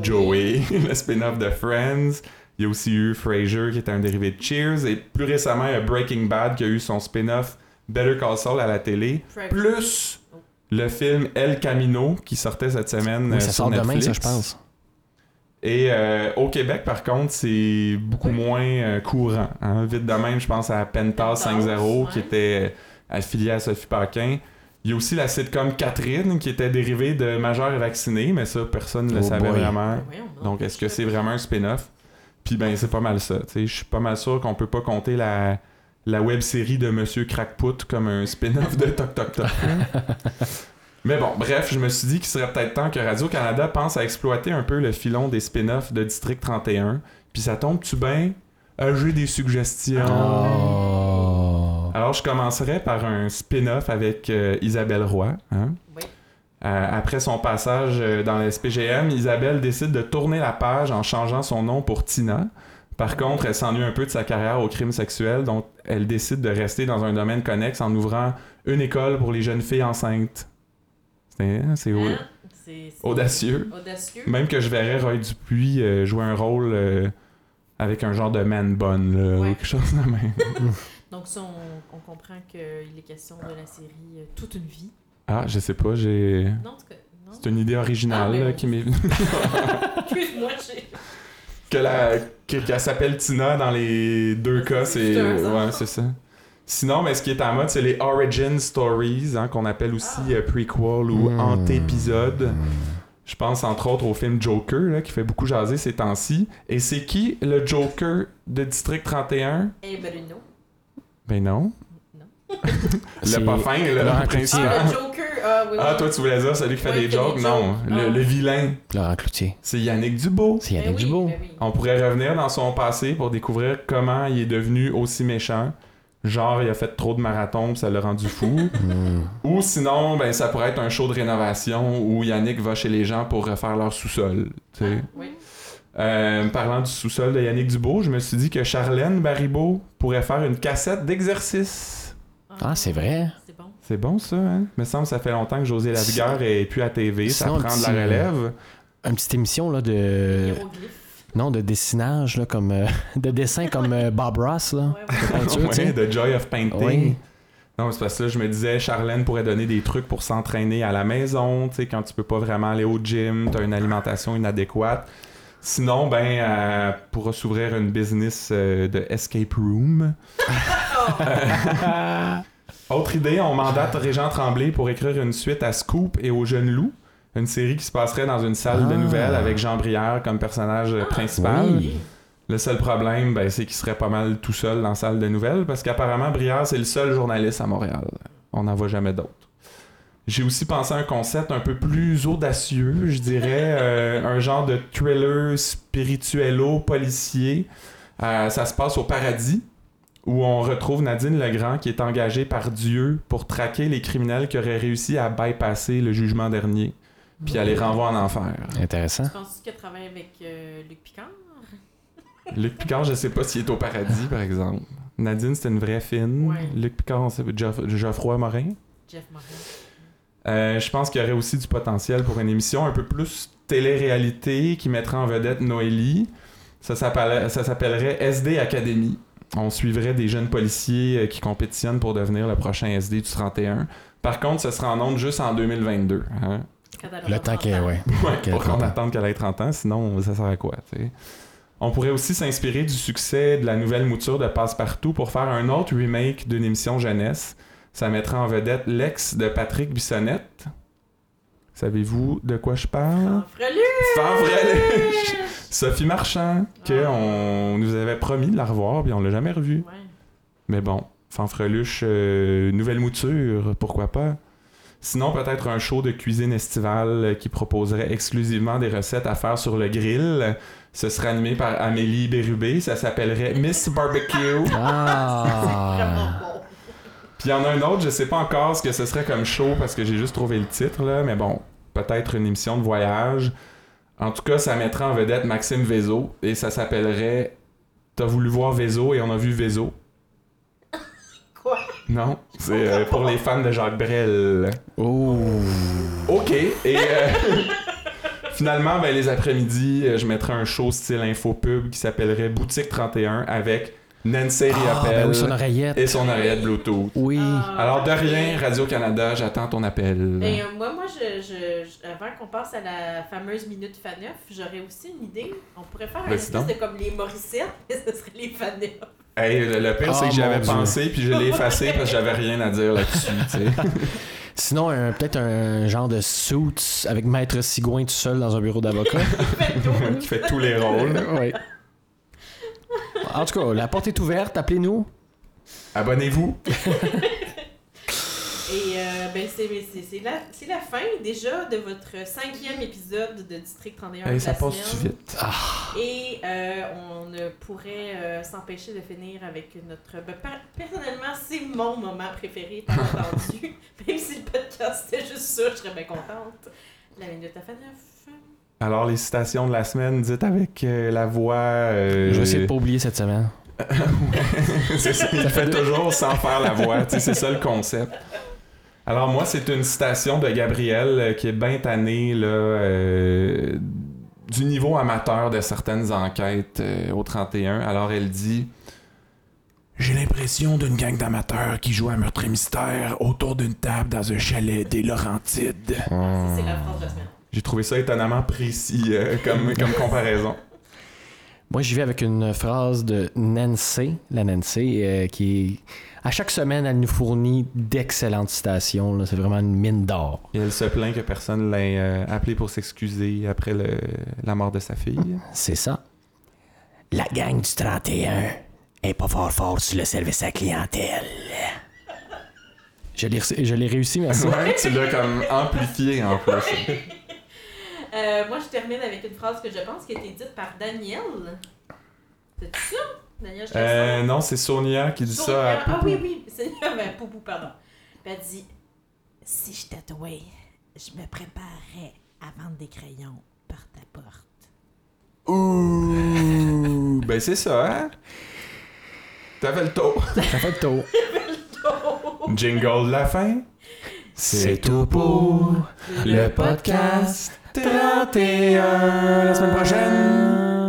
A: Joey, le spin-off de Friends. Il y a aussi eu Frasier qui est un dérivé de Cheers. Et plus récemment, il y a Breaking Bad qui a eu son spin-off Better Call Saul à la télé.
B: Friends.
A: Plus le film El Camino qui sortait cette semaine.
E: Oui,
A: euh,
E: ça
A: sur
E: sort demain,
A: Netflix.
E: ça, je pense.
A: Et euh, au Québec, par contre, c'est beaucoup moins euh, courant. hein. Vite de même, je pense à Pentas
B: Pentas,
A: 5-0 qui
B: ouais.
A: était affilié à Sophie Paquin. Il y a aussi la sitcom Catherine qui était dérivée de Majeur et Vacciné, mais ça, personne ne le
E: Oh
A: savait
E: boy.
A: vraiment.
B: Voyons donc.
A: Donc, est-ce que c'est vraiment un spin-off? Puis ben, c'est pas mal ça. tu sais. Je suis pas mal sûr qu'on peut pas compter la, la web-série de Monsieur Crackpot comme un spin-off de Toc Toc Toc. Mais bon, bref, je me suis dit qu'il serait peut-être temps que Radio-Canada pense à exploiter un peu le filon des spin-offs de District 31. Puis ça tombe-tu bien? Euh, J'ai des suggestions.
C: Ah.
E: Oh.
A: Alors, je commencerai par un spin-off avec euh, Isabelle Roy. hein.
B: Oui.
A: Euh, après son passage euh, dans la SPGM, Isabelle décide de tourner la page en changeant son nom pour Tina. Par contre, elle s'ennuie un peu de sa carrière au crime sexuel, donc elle décide de rester dans un domaine connexe en ouvrant une école pour les jeunes filles enceintes. C'est c'est au-
B: Hein? C'est- c'est-
A: audacieux.
B: Audacieux.
A: Même que je verrais Roy Dupuis euh, jouer un rôle euh, avec un genre de man-bun, là,
B: Ouais.
A: ou quelque chose de même.
B: Donc, ça, on, on comprend qu'il est question de la série euh, Toute une vie.
A: Ah, je sais pas, j'ai...
B: Non, en tout cas, non.
A: C'est une idée originale
B: Ah, mais
A: là,
B: oui.
A: qui m'est venue.
B: Excuse-moi, j'ai.
A: que la que- qu'elle s'appelle Tina dans les deux cas, c'est
B: C'est un hasard.
A: ouais, c'est ça. Sinon, mais ce qui est en mode, c'est les origin stories, hein, qu'on appelle aussi
B: Ah.
A: euh, prequel ou
E: Hmm.
C: Mm.
A: antépisode. Je pense entre autres au film Joker, là, qui fait beaucoup jaser ces temps-ci. Et c'est qui le Joker de District 31
B: Et Eh, Bruno.
A: Ben non.
B: Non.
A: le
E: C'est
A: pas fin, le
E: Laurent
A: principal.
E: Cloutier.
B: Ah, le Joker. Ah, oui,
A: hein. Ah,
B: oui.
A: toi, tu voulais dire celui qui fait
B: Ouais,
A: des jokes? Non. Le,
B: Ah.
A: le vilain,
E: Laurent Cloutier.
A: c'est Yannick Dubo.
E: C'est
B: Ben
E: Yannick
B: oui,
E: Dubo.
B: ben oui.
A: On pourrait revenir dans son passé pour découvrir comment il est devenu aussi méchant. Genre, il a fait trop de marathons, pis ça l'a rendu fou.
E: Hmm.
A: Ou sinon, ben, ça pourrait être un show de rénovation où Yannick va chez les gens pour refaire leur sous-sol. tu sais.
B: Ah, Oui.
A: Euh, parlant du sous-sol de Yannick Dubo, je me suis dit que Charlène Baribeau pourrait faire une cassette d'exercice.
E: Ah, c'est vrai.
B: C'est bon.
A: C'est bon ça, hein? Me semble que ça fait longtemps que José Lavigueur est plus à TV, ça
E: Sinon, un
A: prend de
E: petit-
A: la relève.
E: Une petite émission là, de.
B: Hiéroglyphe.
E: Non, de dessinage, là, comme, euh, de dessin comme euh, Bob Ross. Là.
B: Ouais, ouais.
E: Peinture, tu
A: Ouais,
E: sais.
A: The Joy of Painting.
E: Oui.
A: Non, mais c'est parce que là, je me disais, Charlène pourrait donner des trucs pour s'entraîner à la maison, tu sais, quand tu peux pas vraiment aller au gym, t'as une alimentation inadéquate. Sinon, ben, elle pourra s'ouvrir une business euh, de escape room. Euh, Autre idée, on mandate Régent Tremblay pour écrire une suite à Scoop et au Jeune Loup, une série qui se passerait dans une salle de
E: Ah.
A: nouvelles avec Jean Brière comme personnage euh, principal.
E: Oui.
A: Le seul problème, ben, c'est qu'il serait pas mal tout seul dans la salle de nouvelles, parce qu'apparemment, Brière, c'est le seul journaliste à Montréal. On n'en voit jamais d'autres. J'ai aussi pensé à un concept un peu plus audacieux, je dirais, euh, un genre de thriller spirituello-policier. Euh, ça se passe au paradis, où on retrouve Nadine Legrand, qui est engagée par Dieu pour traquer les criminels qui auraient réussi à bypasser le jugement dernier, puis elle les renvoie en enfer.
E: Intéressant.
B: Penses-tu qu'elle travaille avec euh, Luc Picard?
A: Luc Picard, je sais pas s'il est au paradis, par exemple. Nadine, c'était une vraie fine.
B: Ouais.
A: Luc Picard, on sait- Geoff- Geoffroy Morin.
B: Jeff Morin.
A: Euh, je pense qu'il y aurait aussi du potentiel pour une émission un peu plus télé-réalité qui mettrait en vedette Noélie. Ça s'appelle- ça s'appellerait SD Academy. On suivrait des jeunes policiers euh, qui compétitionnent pour devenir le prochain SD du 31. Par contre, ce sera en ondes juste en 2022. hein.
B: Quand elle aura
E: Le temps
B: 30
E: qu'elle.
B: ans.
E: Ouais.
A: Ouais,
E: Qu'elle
A: pour qu'on
E: comprend.
A: attende qu'elle ait 30 ans, sinon ça sert à quoi, tu sais. On pourrait aussi s'inspirer du succès de la nouvelle mouture de Passe-Partout pour faire un autre remake d'une émission jeunesse. Ça mettra en vedette l'ex de Patrick Bissonnette. Savez-vous de quoi je parle?
B: Ah, Freluche!
A: Fanfreluche! Sophie Marchand, que
B: Ah.
A: on nous avait promis de la revoir, puis on l'a jamais revue.
B: Ouais.
A: Mais bon, Fanfreluche, euh, nouvelle mouture, pourquoi pas? Sinon, peut-être un show de cuisine estivale euh, qui proposerait exclusivement des recettes à faire sur le grill. Ce serait animé par Amélie Bérubé. Ça s'appellerait Miss Barbecue.
E: Ah!
B: Vraiment bon.
A: Puis il y en a un autre, je sais pas encore ce que ce serait comme show parce que j'ai juste trouvé le titre, là. Mais bon, peut-être une émission de voyage. En tout cas, ça mettrait en vedette Maxime Vézo et ça s'appellerait T'as voulu voir Vézo et on a vu Vézo.
B: Quoi?
A: Non, c'est euh, pour les fans de Jacques Brel.
E: Oh!
A: Ok, et euh, finalement, ben, les après-midi, euh, je mettrai un show style infopub qui s'appellerait Boutique 31 avec Nancy
E: Ah,
A: Riappel
E: ben oui, son oreillette.
A: et son oreillette Bluetooth.
E: Oui.
B: Ah,
A: Alors de
B: ok.
A: rien, Radio-Canada, j'attends ton appel.
B: Et euh, moi, moi je, je- je- avant qu'on passe à la fameuse minute Faneuf, j'aurais aussi une idée. On pourrait faire un
A: Vas-y
B: espèce
A: Ben, donc.
B: de comme les Morissettes, mais ce serait les Faneuf.
A: Hey, le, le pire,
E: Ah,
A: c'est que j'avais
E: mon Dieu.
A: pensé, puis je l'ai effacé parce que j'avais rien à dire là-dessus. tu sais.
E: Sinon, un- peut-être un genre de suits avec Maître Sigouin tout seul dans un bureau d'avocat.
A: Qui fait tous les rôles.
E: oui. En tout cas, la porte est ouverte, appelez-nous.
A: Abonnez-vous.
B: Et euh, ben, c'est c'est- c'est la, c'est la fin déjà de votre cinquième épisode de District 31.
A: Hey,
B: de
A: Eh, ça
B: la
A: passe-tu
B: semaine.
A: vite?
B: Et euh, on ne pourrait euh, s'empêcher de finir avec notre. ben, per- personnellement, c'est mon moment préféré, bien entendu. Même si le podcast c'était juste ça, je serais bien contente. La minute à fin
A: Alors, les citations de la semaine, dites avec euh, la voix... euh,
E: Je vais essayer de pas oublier cette semaine.
A: C'est ça, il fait toujours sans faire la voix. tu sais, C'est ça le concept. Alors, moi, c'est une citation de Gabriel euh, qui est bien tannée là, euh, du niveau amateur de certaines enquêtes euh, au 31. Alors, elle dit J'ai l'impression d'une gang d'amateurs qui joue à meurtre et mystère autour d'une table dans un chalet des Laurentides.
B: C'est la phrase de la semaine.
A: J'ai trouvé ça étonnamment précis euh, comme, comme comparaison.
C: Moi, j'y vais avec une phrase de Nancy, la Nancy, euh, qui à chaque semaine, elle nous fournit d'excellentes citations. là. C'est vraiment une mine d'or.
A: Et elle se plaint que personne l'a euh, appelé pour s'excuser après le- la mort de sa fille.
C: C'est ça.
F: La gang du 31 est pas fort fort sur le service à clientèle.
C: Je l'ai re- je l'ai réussi, mais
A: Ouais, tu l'as comme amplifié en plus.
B: Euh, moi, je termine avec une phrase que je pense qui a été dite par Daniel. C'est ça? Daniel, je te sens.
A: Euh, non, c'est Sonia qui dit ça à
B: Ah
A: Poupou.
B: oui, oui, c'est ben, Poupou, pardon. Puis Elle dit Si je tatouais, je me préparerais à vendre des crayons par ta porte.
A: Ouh, ben c'est ça, hein? T'avais le tour.
C: ça fait le tour.
A: Jingle de la fin.
C: C'est tout pour le podcast
A: 31 la semaine prochaine.